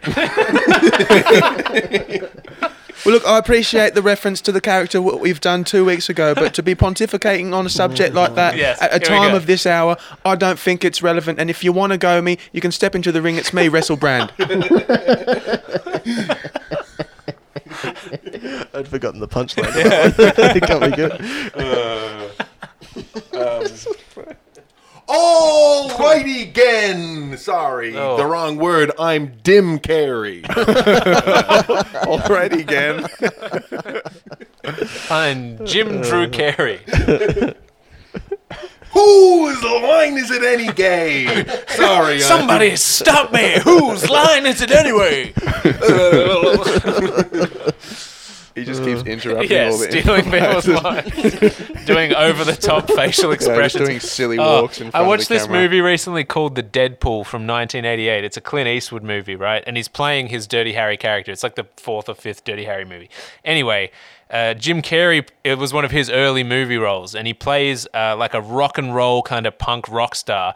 S10: Well, look, I appreciate the reference to the character what we've done two weeks ago, but to be pontificating on a subject like that
S3: Yes,
S10: at a
S3: here we
S10: time
S3: go.
S10: of this hour, I don't think it's relevant. And if you want to go me, you can step into the ring. It's me, WrestleBrand.
S9: I'd forgotten the punchline. it got me good.
S1: All righty again. Sorry, the wrong word. I'm Dim Carey.
S10: Already again.
S3: I'm Jim Drew Carey.
S1: Whose line is it any game? Sorry, I'm
S3: Somebody stop me! Whose line is it anyway?
S10: He just keeps interrupting
S3: yeah,
S10: all the.
S3: stealing people's lines, doing over-the-top facial
S10: Yeah, just
S3: expressions.
S10: doing silly
S3: Oh,
S10: walks in
S3: I
S10: front
S3: watched
S10: of the
S3: this
S10: camera.
S3: movie recently called The Deadpool from 1988. It's a Clint Eastwood movie, right? And he's playing his Dirty Harry character. It's like the fourth or fifth Dirty Harry movie. Anyway, uh, Jim Carrey, it was one of his early movie roles, and he plays uh, like a rock and roll kind of punk rock star.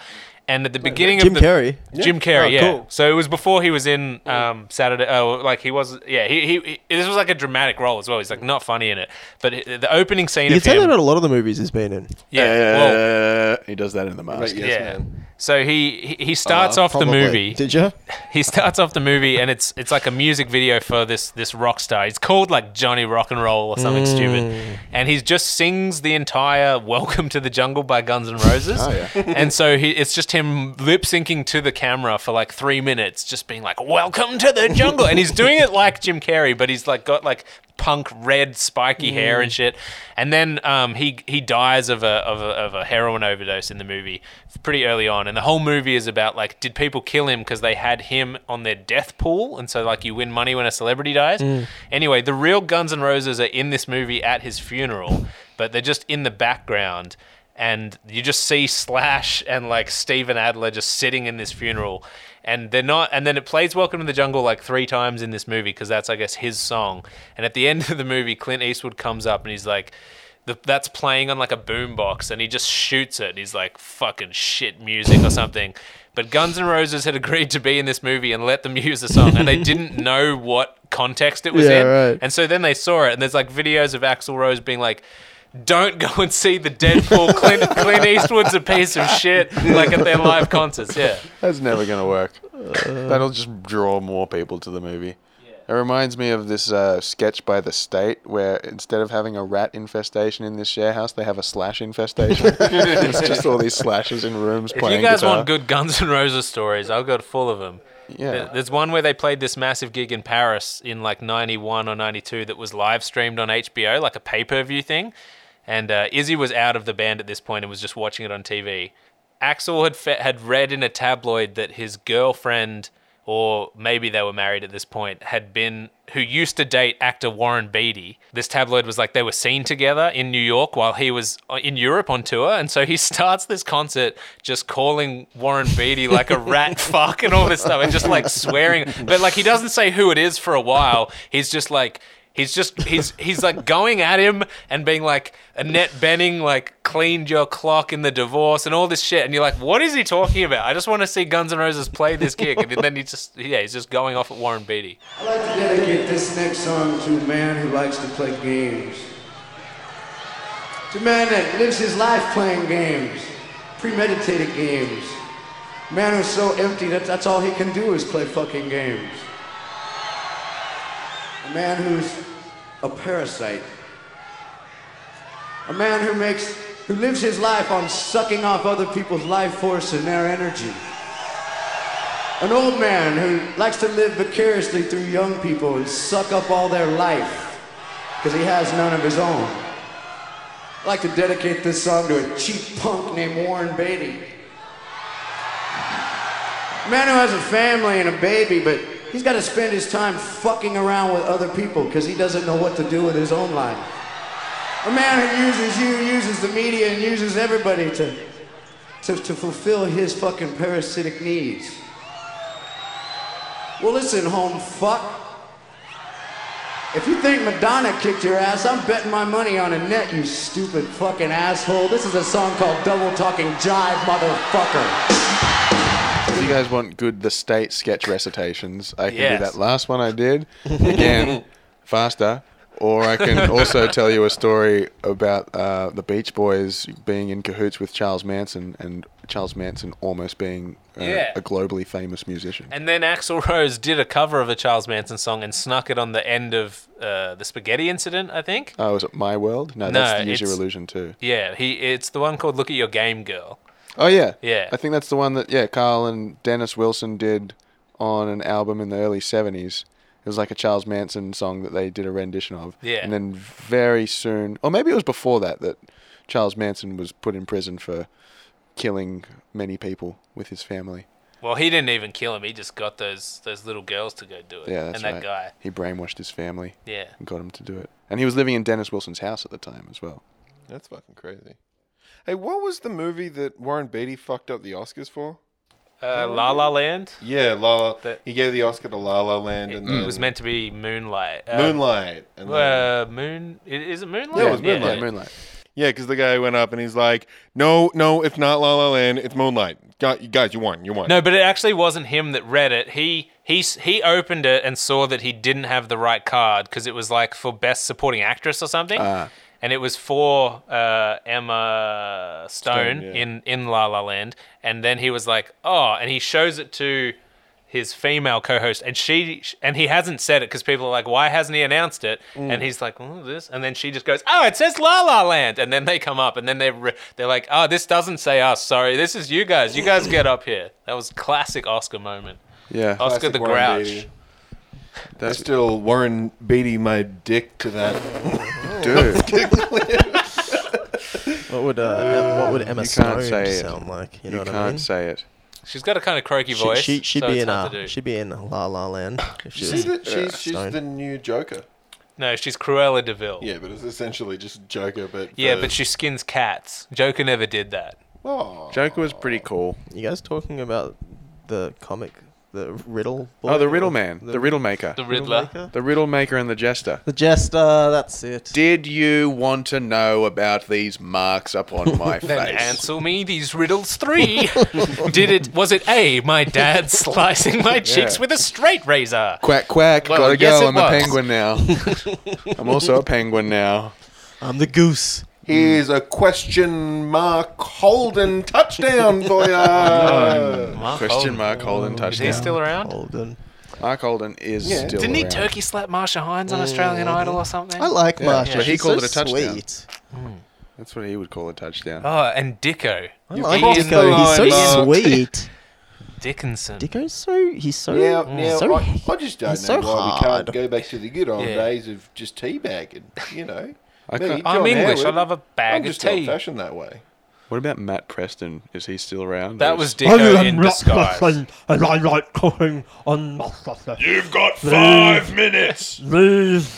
S3: And at the beginning
S9: Jim
S3: of the,
S9: Carrey?
S3: Jim Carrey,
S9: Oh,
S3: yeah.
S9: cool.
S3: So it was before he was in um, Saturday. Oh, like he was. Yeah, he, he, he- This was like a dramatic role as well. He's like not funny in it, but it- the opening scene
S9: You can
S3: of
S9: tell
S3: him.
S9: that about a lot of the movies he's been in.
S8: Uh,
S3: yeah, well,
S10: he does that in the mask.
S3: yeah. So he he- he starts off the
S9: Probably.
S3: movie.
S9: Did you?
S3: He starts off the movie, and it's it's like a music video for this this rock star. He's called like Johnny Rock and Roll or something stupid, and he just sings the entire "Welcome to the Jungle" by Guns N' Roses. and so he, it's just him lip syncing to the camera for like three minutes, just being like "Welcome to the Jungle," and he's doing it like Jim Carrey, but he's like got like punk red spiky hair and shit. And then um, he he dies of a, of a of a heroin overdose in the movie pretty early on. And the whole movie is about like, did people kill him because they had him on their death pool? And so like, you win money when a celebrity dies. Anyway, the real Guns N' Roses are in this movie at his funeral, but they're just in the background. And you just see Slash and like Steven Adler just sitting in this funeral, and they're not and then it plays welcome to the jungle like three times in this movie because that's i guess his song and at the end of the movie clint eastwood comes up and he's like the, that's playing on like a boombox and he just shoots it and he's like fucking shit music or something but guns N' roses had agreed to be in this movie and let them use the song and they didn't know what context it was
S9: Yeah,
S3: in
S9: right.
S3: and so then they saw it and there's like videos of axel rose being like don't go and see the Deadpool. Clint, Clint Eastwood's a piece of shit. Like at their live concerts, yeah.
S10: That's never gonna work. That'll just draw more people to the movie. It reminds me of this uh, sketch by the state where instead of having a rat infestation in this share house, they have a slash infestation. it's just all these slashes in rooms
S3: If
S10: playing
S3: you guys
S10: guitar.
S3: want good Guns N' Roses stories, I've got full of them.
S10: yeah.
S3: There's one where they played this massive gig in Paris in like 91 or 92 that was live streamed on HBO, like a pay per view thing. And uh, Izzy was out of the band at this point and was just watching it on TV. Axel had, fe- had read in a tabloid that his girlfriend, or maybe they were married at this point, had been, who used to date actor Warren Beatty. This tabloid was like they were seen together in New York while he was uh, in Europe on tour. And so he starts this concert just calling Warren Beatty like a rat fuck and all this stuff and just like swearing. But like he doesn't say who it is for a while. He's just like, He's just he's he's like going at him and being like Annette Benning like cleaned your clock in the divorce and all this shit and you're like what is he talking about? I just want to see Guns N' Roses play this gig and then he just yeah he's just going off at Warren Beatty.
S8: I'd like to dedicate this next song to a man who likes to play games. To a man that lives his life playing games, premeditated games. Man who's so empty that that's all he can do is play fucking games. A man who's a parasite. A man who makes, who lives his life on sucking off other people's life force and their energy. An old man who likes to live vicariously through young people and suck up all their life because he has none of his own. I'd like to dedicate this song to a cheap punk named Warren Beatty. A man who has a family and a baby, but he's got to spend his time fucking around with other people because he doesn't know what to do with his own life. A man who uses you, uses the media, and uses everybody to, to, to fulfill his fucking parasitic needs. Well, listen, home fuck. If you think Madonna kicked your ass, I'm betting my money on a net, you stupid fucking asshole. This is a song called Double Talking Jive, motherfucker.
S10: If you guys want good the state sketch recitations, I can
S3: Yes.
S10: do that last one I did again faster. Or I can also tell you a story about uh, the Beach Boys being in cahoots with Charles Manson and Charles Manson almost being uh,
S3: Yeah.
S10: a globally famous musician.
S3: And then Axl Rose did a cover of a Charles Manson song and snuck it on the end of uh, the Spaghetti Incident I think.
S10: Oh, is it My World? No, that's
S3: No,
S10: the Use Your
S3: it's-
S10: Illusion too.
S3: Yeah, he it's the one called Look at Your Game Girl.
S10: Oh yeah,
S3: Yeah.
S10: I think that's the one that yeah, Carl and Dennis Wilson did on an album in the early '70s. It was like a Charles Manson song that they did a rendition of.
S3: Yeah.
S10: And then very soon, or maybe it was before that, that Charles Manson was put in prison for killing many people with his family.
S3: Well, he didn't even kill him. He just got those those little girls to go do it.
S10: Yeah, that's
S3: and that
S10: right.
S3: guy.
S10: He brainwashed his family
S3: Yeah.
S10: and got him to do it. And he was living in Dennis Wilson's house at the time as well.
S1: That's fucking crazy. Hey, what was the movie that Warren Beatty fucked up the Oscars for?
S3: Uh, La La Land.
S1: Yeah, La. La
S3: That-
S1: he gave the Oscar to La La Land, and then
S3: It was meant to be Moonlight. Uh,
S1: Mm. Moonlight. And then-
S3: Uh, moon. i- Is it Moonlight?
S1: Yeah, it was
S10: Yeah,
S1: Moonlight.
S10: Moonlight.
S1: yeah, because the guy went up and he's like, "No, no, it's not La La Land. It's Moonlight. Gu- Guys, you won. You won."
S3: No, but it actually wasn't him that read it. He he s- he opened
S1: Ah.
S3: it and saw that he didn't have the right card because it was like for best supporting actress or something. and it was for uh, Emma Stone, in in La La Land, and then he was like, oh, and he shows it to his female co-host, and she and he hasn't said it because people are like, why hasn't he announced it?
S1: Mm.
S3: And he's like, oh, this, and then she just goes, oh, it says La La Land, and then they come up, and then they re- they're like, oh, this doesn't say us, sorry, this is you guys, you guys get up here. That was classic Oscar moment.
S9: Yeah.
S3: Oscar
S1: Classic
S3: the
S1: Warren
S3: Grouch.
S1: Beatty. I still Warren Beatty my dick to that.
S9: Dude.
S8: What would uh, Em- what would Emma
S9: you can't
S8: Stone
S9: say it.
S8: sound like? You know
S9: You
S8: what I mean?
S9: can't say it.
S3: She's got a kind of croaky
S8: She,
S3: voice.
S8: she, she'd
S3: so
S8: be
S3: it's
S8: in
S3: hard to
S8: uh,
S3: do.
S8: she'd be in La La Land. If she
S1: She's
S8: was,
S1: the, she's, she's
S8: Stone.
S1: the new Joker.
S3: No, she's Cruella Deville.
S1: Yeah, but it's essentially just Joker, but
S3: Yeah,
S1: for-
S3: but she skins cats. Joker never did that.
S1: Aw.
S9: Joker was pretty cool.
S8: you guys talking about the comic, the Riddle?
S9: Oh, the
S8: boy?
S9: Riddle Man, the Riddle Maker,
S3: The Riddler.
S8: Maker?
S9: the Riddle Maker and the Jester.
S8: The Jester. That's it.
S5: Did you want to know about these marks up on my
S3: Then
S5: face?
S3: answer me these riddles three. did it? Was it A? My dad slicing my cheeks with a straight razor.
S9: Quack quack,
S3: Well,
S9: gotta
S3: yes,
S9: go.
S3: it
S9: I'm a
S3: was.
S9: penguin now. I'm also a penguin now.
S8: I'm the goose.
S1: Here's a question mark Holden touchdown for Uh, ya.
S3: Mark
S9: Question
S3: Holden.
S9: Mark Holden
S3: Oh, Is
S9: touchdown.
S3: he still around?
S8: Holden.
S9: Mark Holden is still
S3: Didn't he
S9: around.
S3: turkey slap Marsha Hines on Australian Idol or something?
S8: I like Marsha.
S9: but he
S8: She's
S9: called
S8: so
S9: it a touchdown.
S8: Sweet.
S9: That's what he would call a touchdown.
S3: Oh, and Dicko.
S8: I like
S3: crossed the
S8: Dicko. He's so
S1: line, Mark.
S8: sweet.
S3: Dickinson.
S8: Dicko's so he's so
S1: Now, now
S8: so
S1: I, I just don't know
S8: he's so
S1: why
S8: hard.
S1: we can't go back to the good old
S3: Yeah.
S1: days of just teabagging, you know.
S9: I
S1: Me,
S9: can't-
S3: I'm
S1: John
S3: English.
S1: Howard,
S3: I love a bag
S1: I'm
S3: of
S1: just
S3: tea.
S1: old-fashioned that way.
S9: What about Matt Preston? Is he still around?
S3: That
S9: Or
S3: was
S9: is-
S3: Dicko in disguise.
S8: and I like cooking on mustache.
S5: You've got five minutes.
S8: These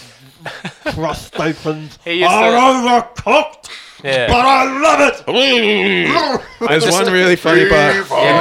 S8: crust bacons
S3: He used to,
S8: overcooked,
S3: yeah.
S8: I love it.
S9: There's one really funny part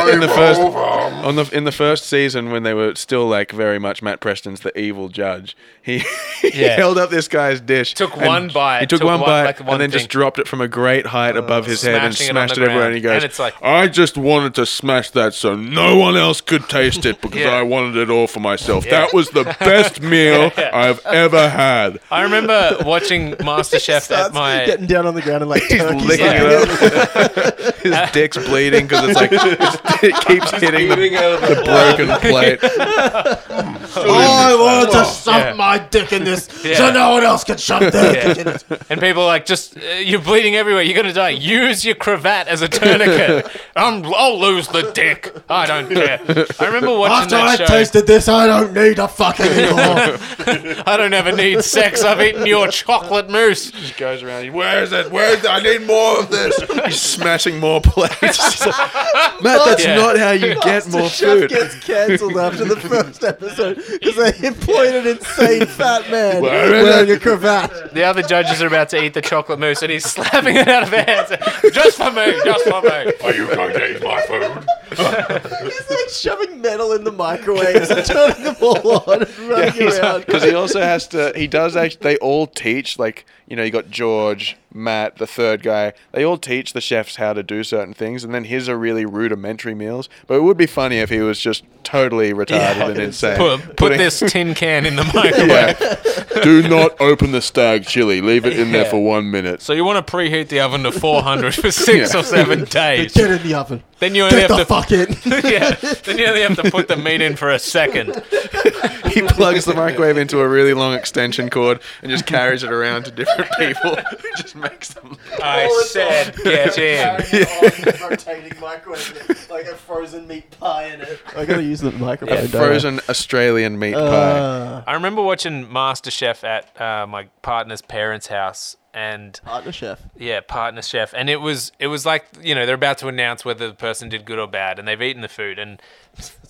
S9: in, in the first on the in the first season when they were still like very much Matt Preston's the evil judge. He, he
S3: Yeah.
S9: held up this guy's dish.
S3: Took
S9: and
S3: one bite,
S9: He took,
S3: took
S9: one
S3: one-
S9: bite
S3: like one
S9: and then
S3: thing. Uh,
S9: just dropped it from a great height above his head and
S3: Smashing it on
S9: smashed it,
S3: the
S9: everywhere.
S3: ground.
S9: And he goes,
S3: And it's like-
S5: I just wanted to smash that so no one else could taste it because
S3: Yeah.
S5: I wanted it all for myself. That was the best meal I've ever had.
S3: I remember watching MasterChef at
S8: Starts
S3: my
S8: getting down on the ground and like turkey
S9: licking
S8: leg.
S9: it up. His dick's bleeding because it's like it's- it keeps hitting the, the broken plate.
S8: I wanted to shove my dick in this
S3: Yeah.
S8: so no one else could shove their dick in it.
S3: And people are like, just, uh, you're bleeding everywhere. You're going to die. Use your cravat as a tourniquet. I'm, I'll lose the dick. I don't care. I remember watching
S8: After I
S3: that show.
S8: tasted this, I don't need a fucking anymore.
S3: I don't ever need sex. I've eaten your chocolate mousse.
S9: He goes around. He
S5: Where's it? Where's I need more of this.
S9: He's smashing more plates. He's like, Matt, that's
S3: Yeah.
S9: not how you get more
S8: Chef
S9: food.
S8: gets cancelled after the first episode because they employed an insane fat man wearing a cravat.
S3: The other judges are about to eat the chocolate mousse, and he's slapping it out of their hands. Just for me. Just for me.
S5: Are you going to eat my food?
S8: He's like shoving metal in the microwaves and turning them all on and running around.
S9: Because he also has to. He does actually. They all teach. Like you know, you got George, Matt, the third guy. They all teach the chefs how to do certain things, and then his are really rudimentary meals. But it would be funny if he was just totally retarded and insane.
S3: Put, put
S9: Putting-
S3: this tin can in the microwave.
S5: Do not open the stag chili. Leave it in there for one minute.
S3: So you want to preheat the oven to 400 for six or seven days.
S8: Get in the oven.
S3: Then you only
S8: Get
S3: have to
S8: the fuck in.
S3: yeah. Then you only have to put the meat in for a second.
S9: He plugs the microwave into a really long extension cord and just carries it around to different people. just makes them.
S3: I said, get in.
S8: rotating microwave, like a frozen meat pie in it. I gotta use the microphone.
S9: A frozen Australian meat pie.
S3: I remember watching MasterChef at uh, my partner's parents' house, and
S8: partner chef.
S3: yeah, partner chef, and it was it was like you know they're about to announce whether the person did good or bad, and they've eaten the food, and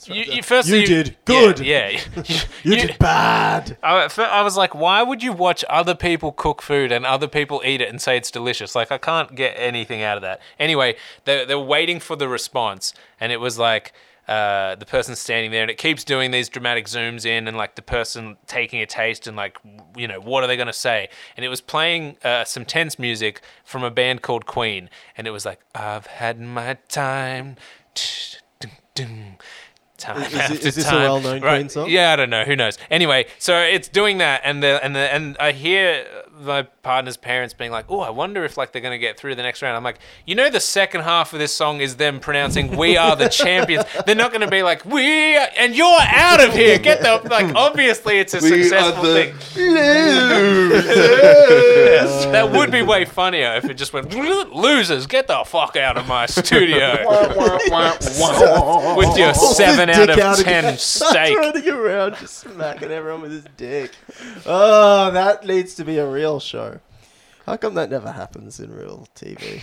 S3: you, you firstly
S8: You did good.
S3: yeah. yeah.
S8: You, did bad.
S3: I, at fir- I was like, why would you watch other people cook food and other people eat it and say it's delicious? Like, I can't get anything out of that. Anyway, they're, they're waiting for the response, and it was like uh, the person standing there, and it keeps doing these dramatic zooms in, and like the person taking a taste, and like, w- you know, what are they going to say? And it was playing uh, some tense music from a band called Queen, and it was like, I've had my time. Dun, dun. time
S9: Is- is
S3: after
S9: it- is this a
S3: time.
S9: well-known Queen song?
S3: Yeah, I don't know. Who knows? Anyway, so it's doing that, and the and the and I hear my partner's parents being like, "Oh, I wonder if like they're gonna get through the next round." I'm like, you know, the second half of this song is them pronouncing "We are the champions." They're not gonna be like, "We are, and you're out of here." Get the like. Obviously, it's a successful thing. Yes. that would be way funnier if it just went losers. Get the fuck out of my studio with your seven
S9: Dick
S3: out of
S9: out again.
S3: ten steak.
S9: trying to get around, just smacking everyone with his dick. Oh, that needs to be a real show. How come that never happens in real TV?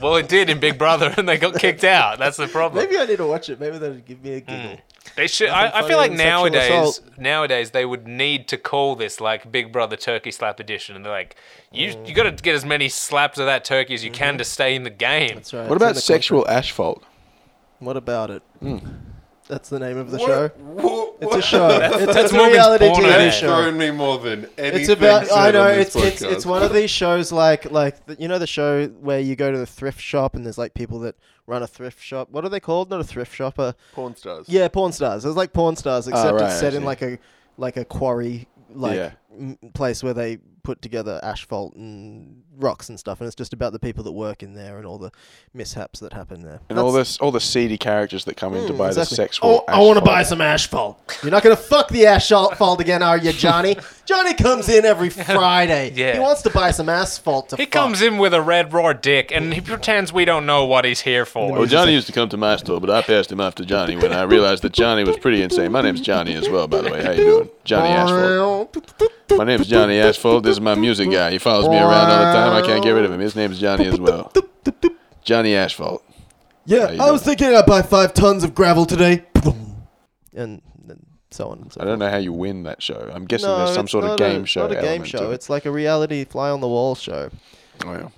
S3: Well, it did in Big Brother, and they got kicked out. That's the problem.
S9: Maybe I need to watch it. Maybe that'll give me a
S5: Mm.
S9: giggle.
S3: They should.
S9: Nothing
S3: I, I
S9: funnier
S3: feel like
S9: than sexual
S3: nowadays,
S9: assault.
S3: nowadays they would need to call this like Big Brother Turkey Slap Edition, and they're like, you you got to get as many slaps of that turkey as you can to stay in the game.
S9: That's right.
S10: What
S9: it's in
S10: about
S9: the
S10: sexual asphalt?
S9: contract. What about it?
S5: Hmm.
S9: That's the name of the
S1: What-
S9: show.
S1: what-
S9: It's a show.
S3: That's-
S9: it's
S3: that's
S9: a
S3: Morgan's
S9: reality
S3: porno
S9: TV
S3: ad.
S1: That's
S9: show.
S1: thrown me more than anything.
S9: It's about.
S1: said
S9: I know.
S1: on
S9: It's
S1: this
S9: it's
S1: podcast.
S9: it's one of these shows like like the, you know the show where you go to the thrift shop and there's like people that run a thrift shop. What are they called? Not a thrift shop. A
S1: porn stars.
S9: yeah, porn stars. It's like porn stars, except
S10: Ah, right,
S9: it's set in
S10: I
S9: like a like a quarry like
S10: Yeah.
S9: m- place where they put together asphalt and rocks and stuff, and it's just about the people that work in there and all the mishaps that happen there.
S10: And all this, all the seedy characters that come in to buy the
S9: Exactly.
S10: sexual.
S9: Oh, I want to
S10: asphalt.
S9: buy some asphalt. You're not going to fuck the asphalt again, are you, Johnny? Johnny comes in every Friday.
S3: Yeah.
S9: He wants to buy some asphalt to
S3: He
S9: fuck.
S3: comes in with a red raw dick, and he pretends we don't know what he's here
S5: Well,
S3: for.
S5: Johnny used to come to my store, but I passed him off to Johnny when I realized that Johnny was pretty insane. My name's Johnny as well, by the way. How you doing? Johnny Asphalt. My name's Johnny Asphalt. This is my music guy. He follows me around all the time. I can't get rid of him. His name's Johnny as well. Johnny Asphalt.
S9: Yeah,
S5: you
S9: I was thinking I'd buy five tons of gravel today. And then so on and so
S5: I
S9: forth.
S5: don't know how you win that show. I'm guessing there's some
S9: it's
S5: sort of
S9: not
S5: game
S9: a,
S5: show.
S9: Not a game
S5: element to
S9: show.
S5: it.
S9: It's like a reality fly on the wall show.
S5: Oh, yeah.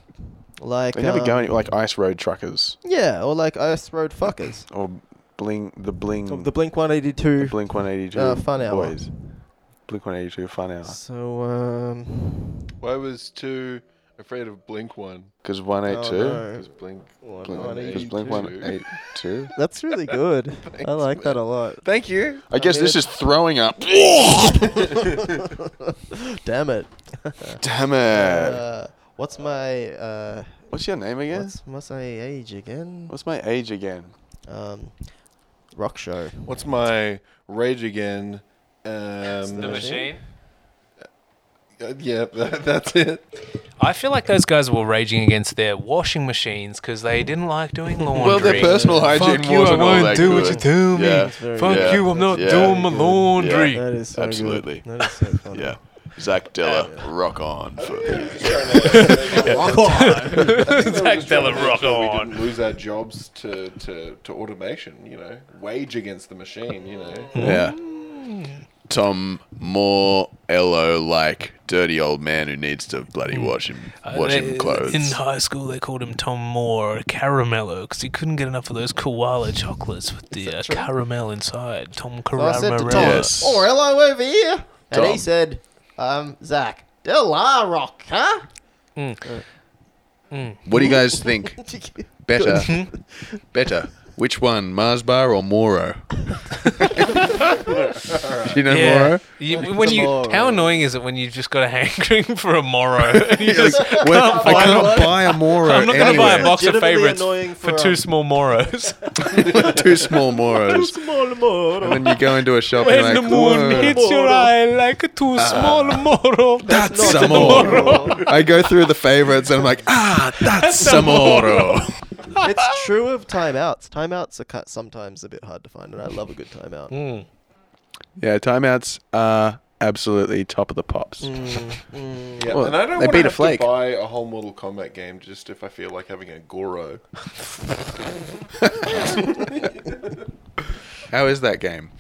S9: Like
S5: They never
S9: uh,
S5: go any, like Ice Road Truckers
S9: Yeah, or like Ice Road Fuckers.
S5: or Bling the
S9: Or
S5: Bling
S9: Oh, the Blink 182.
S5: Mm. Blink 182
S9: uh, Fun Hour.
S5: boys. Blink 182 Fun Hour
S9: so um
S1: Why was too afraid of Blink One?
S5: because 182
S9: Oh, no.
S1: Because Blink.
S5: Blink
S9: One
S5: 'cause Blink 182.
S9: that's really good. I like that a lot.
S1: Thank you.
S5: I guess this is throwing up.
S9: Damn it.
S5: Damn it.
S9: Uh, what's my uh
S5: What's your name again?
S9: what's, what's my age again?
S5: What's my age again?
S9: Um rock show.
S1: What's my rage again? Um,
S3: The machine.
S1: uh, yeah, that, that's it.
S3: I feel like those guys were raging against their washing machines because they didn't like doing laundry.
S5: Well, their personal hygiene
S3: Fuck you, I
S5: wasn't all
S3: won't
S5: that
S3: do
S5: good.
S3: what you do me.
S5: Yeah.
S3: Fuck
S5: Yeah.
S3: you, I'm not
S5: Yeah.
S3: doing my laundry.
S9: That is so good.
S5: Absolutely.
S9: That is so funny.
S5: Yeah. Zach Della, rock on. For
S3: Zach Della rock
S1: We
S3: on.
S1: didn't lose our jobs to, to, to automation. You know, wage against the machine. You know.
S5: yeah. Tom Moore, Ello, like dirty old man who needs to bloody
S14: Hmm.
S5: wash him,
S14: Uh,
S5: wash him clothes.
S3: In high school, they called him Tom Moore or Caramello because he couldn't get enough of those koala chocolates with the uh, caramel inside. Tom
S9: So I said to
S3: Caramello.
S9: Tom,
S5: Yes.
S9: "Oh, hello over here," and
S5: Tom.
S9: he said, "Um, Zach, Della Rock, huh?"
S5: What do you guys think? Better, better. Which one, Mars bar or Moro? Do you know
S3: Yeah.
S5: Moro?
S3: You, when you, how annoying is it when you've just got a hankering for a Morrow? And you just,
S5: Where- I cannot buy a Moro
S3: I'm not going to buy a
S5: anywhere.
S3: box of
S9: Legitimately
S3: favorites
S9: annoying
S3: for
S9: for um,
S3: two
S9: a-
S3: small Moros.
S5: Two small Moros. And then you go into a shop and you're like, "Whoa, Ah.
S3: your eye like too small Moro.
S5: that's a Moro. I go through the favorites and I'm like, ah, that's a Moro.
S9: it's true of timeouts. Timeouts are cut sometimes a bit hard to find, and I love a good timeout.
S5: Yeah, timeouts
S9: Uh,
S5: are absolutely top of the pops.
S1: Yeah,
S5: Well,
S1: and I don't
S5: they
S1: want
S5: beat a
S1: to have
S5: flake.
S1: to buy a whole Mortal Kombat game just if I feel like having a Goro.
S5: How is that game?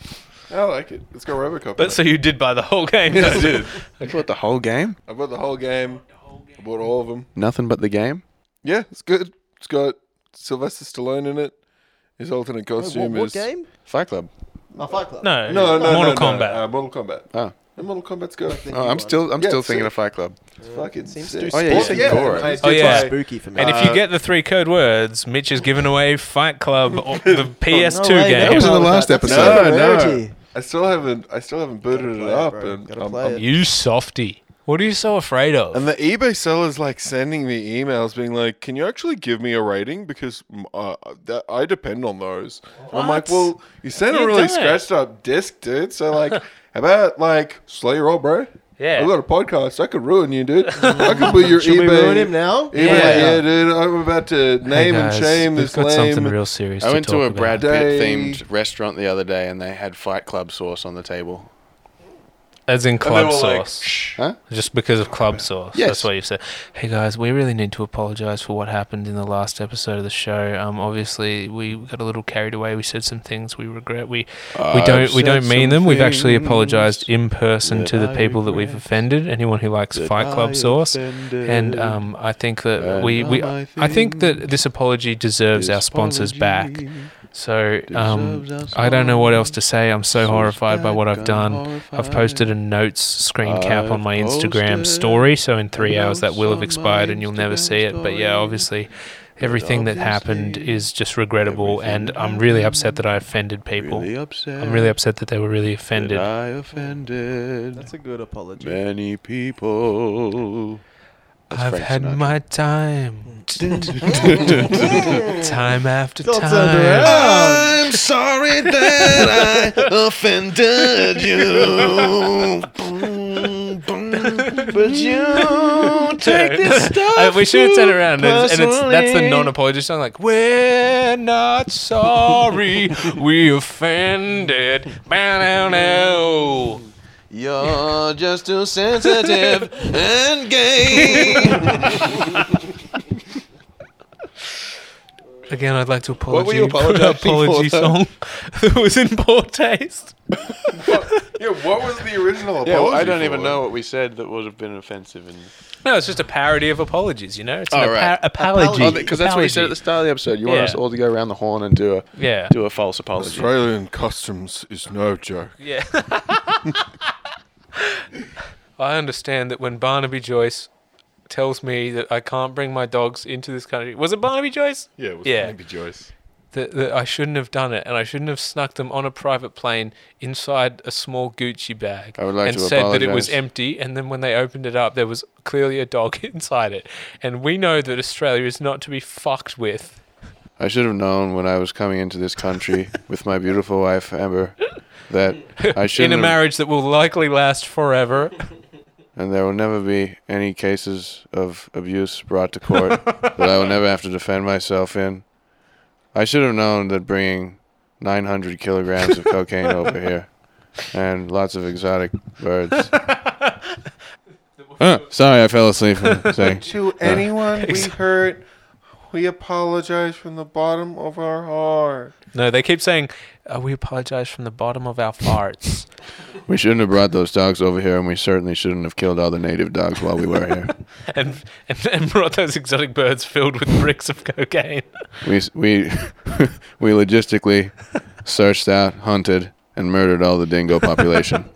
S1: I like it. It's got Robocop. in
S3: But so you did buy the whole game.
S1: it. I did.
S5: I bought the whole game.
S1: I bought the whole game. I bought all of them.
S5: Nothing but the game.
S1: Yeah, it's good. It's got Sylvester Stallone in it. His alternate
S9: Wait,
S1: costume
S9: what, what
S1: is
S9: game?
S5: Fight Club.
S9: Oh, Fight Club.
S3: No,
S1: no, no, no,
S3: Mortal Kombat.
S1: No, uh, Mortal Kombat.
S5: Oh.
S1: And Mortal Kombat's good. I think
S10: Oh, I'm still, I'm
S1: Yeah,
S10: still
S1: it's
S10: thinking
S1: sick.
S10: of Fight Club.
S1: It's fucking
S9: Seems
S1: sick.
S9: too
S10: Oh, yeah, you said
S1: yeah.
S10: gore.
S1: I-
S9: Oh,
S3: Oh, yeah.
S9: spooky for me.
S3: And if you get the three code words, Mitch is giving away Fight Club, or the PS2
S9: way,
S3: game.
S9: no.
S10: That was in the
S9: Oh,
S10: last
S9: that's-
S1: No,
S10: episode.
S1: no.
S9: Rarity.
S1: I still haven't. I still haven't booted it
S9: play it,
S1: up,
S9: bro.
S1: and
S9: Gotta
S1: I'm-
S9: play
S1: I'm-
S9: it.
S3: You softy. What are you so afraid of?
S1: and the eBay seller's like sending me emails, being like, "Can you actually give me a rating? Because mm, uh, that, I depend on those." And I'm like, "Well, you sent a
S3: You
S1: really
S3: do it."
S1: scratched up disc, dude. So like, how about like slow your roll, bro?
S3: Yeah.
S1: I got a podcast. I could ruin you, dude. I could put your
S9: Should
S1: eBay.
S9: we ruin him now?
S1: eBay,
S3: Yeah.
S1: yeah. dude. I'm about to
S3: Hey,
S1: name
S3: guys,
S1: and shame
S3: we've
S1: this
S3: got something
S1: lame.
S3: real serious.
S10: I
S3: to
S10: went to
S3: talk
S10: a
S3: about.
S10: Brad Pitt
S1: Day.
S10: themed restaurant the other day, and they had Fight Club sauce on the table.
S3: As in
S1: And they
S3: club
S1: were like,
S3: sauce.
S1: "Shh."
S10: Huh?
S3: Just because of club sauce.
S10: Yes.
S3: That's why you said, hey guys, we really need to apologize for what happened in the last episode of the show. Um, obviously, we got a little carried away. We said some things we regret. We we
S10: I've
S3: don't we
S10: said
S3: don't mean them.
S10: some
S3: We've actually
S10: things
S3: apologized in person
S10: that
S3: to the
S10: I
S3: people that we've
S10: regret,
S3: offended. Anyone who likes
S10: that
S3: Fight
S10: I
S3: Club sauce. And
S10: offended.
S3: um, I think that
S10: And
S3: we, we
S10: now my
S3: I think that
S10: thing
S3: this apology deserves our
S10: This
S3: sponsors back.
S10: apology
S3: So um,
S10: deserves our
S3: I don't know what else
S10: song.
S3: to say. I'm so
S10: So
S3: horrified by what I've
S10: stagnant,
S3: done. I've posted a notes screen cap on
S10: I've
S3: my Instagram
S10: posted
S3: story, so in three
S10: a
S3: hours that
S10: notes
S3: will have
S10: on my
S3: expired and you'll never
S10: Instagram
S3: see it. But yeah,
S10: story.
S3: obviously, everything that happened
S10: obviously,
S3: is just regrettable, and
S10: everything
S3: I'm really
S10: that
S3: upset that I offended people.
S10: Really upset.
S3: I'm really upset that they were really
S10: that
S3: offended.
S10: I offended
S9: That's a good apology.
S10: many people. That's
S3: I've
S10: Frank
S3: had
S10: Sinatra.
S3: my time, time after
S9: Don't turn
S3: time.
S10: I'm sorry that I offended you. but you take this stuff.
S3: Uh, we should have turned around, and it's, and it's that's the
S10: personally.
S3: non-apology song. Like we're not sorry, we offended. Ba-na-na.
S10: You're just too sensitive and gay.
S3: Again, I'd like to apologize
S1: were you apologizing
S3: apology
S1: for,
S3: song that was in poor taste.
S1: Yeah, what was the original apology?
S10: Yeah, well, I don't even
S1: for?
S10: know what we said that would have been offensive. And
S3: No, it's just a parody of apologies. You know, it's an
S10: Oh, right.
S3: apa- apology.
S10: because that's what you said at the
S3: Apology.
S10: start of the episode. You want
S3: Yeah.
S10: us all to go around the horn and do a
S3: Yeah.
S10: do a false apology.
S1: Australian customs is no joke.
S3: Yeah. I understand that when Barnaby Joyce tells me that I can't bring my dogs into this country, was it Barnaby Joyce?
S1: Yeah, it was
S3: Yeah.
S1: Maybe Joyce.
S3: That, that I shouldn't have done it, and I shouldn't have snuck them on a private plane inside a small Gucci bag,
S10: I would like
S3: and
S10: to
S3: said that it was
S10: apologize.
S3: empty. And then when they opened it up, there was clearly a dog inside it. And we know that Australia is not to be fucked with.
S10: I should have known when I was coming into this country with my beautiful wife Amber that I
S3: in
S10: shouldn't.
S3: a
S10: have-
S3: marriage that will likely last forever.
S10: and there will never be any cases of abuse brought to court that I will never have to defend myself in. I should have known that bringing 900 kilograms of cocaine over here and lots of exotic birds. Huh, sorry, I fell asleep. for a second.
S1: To anyone we hurt, we apologize from the bottom of our heart.
S3: No, they keep saying, uh, "We apologize from the bottom of our farts."
S10: We shouldn't have brought those dogs over here, and we certainly shouldn't have killed all the native dogs while we were here.
S3: and, and and brought those exotic birds filled with bricks of cocaine.
S10: We we we logistically searched out, hunted, and murdered all the dingo population.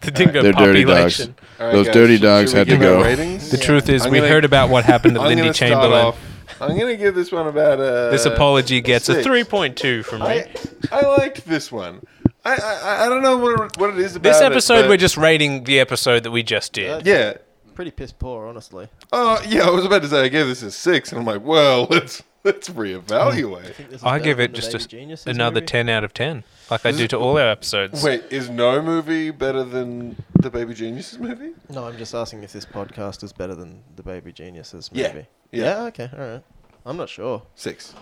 S3: The dingo
S10: They're dirty dogs.
S3: population.
S10: Those dirty dogs had to go.
S3: The truth is,
S1: I'm
S3: we
S1: gonna-
S3: heard about what happened at
S1: I'm
S3: Lindy
S1: gonna start
S3: Chamberlain.
S1: off- I'm gonna give this one about a.
S3: This apology gets a
S1: six.
S3: 3.2 from me.
S1: I, I liked this one. I, I I don't know what it, what it is about
S3: this
S1: it,
S3: episode,
S1: but-
S3: we're just rating the episode that we just did.
S1: yeah.
S9: Pretty piss poor, honestly.
S1: Oh yeah, I was about to say I gave this a six, and I'm like, well, let's let's reevaluate.
S9: This is
S3: I
S9: better
S3: give
S9: than
S3: it
S9: the
S3: just
S9: Baby
S3: a,
S9: Geniuses
S3: another
S9: movie.
S3: 10 out of 10, like I do to all our episodes.
S1: Wait, is no movie better than the Baby Geniuses movie?
S9: No, I'm just asking if this podcast is better than the Baby Geniuses
S1: Yeah.
S9: movie.
S1: Yeah.
S9: okay, all right. I'm not sure.
S1: Six.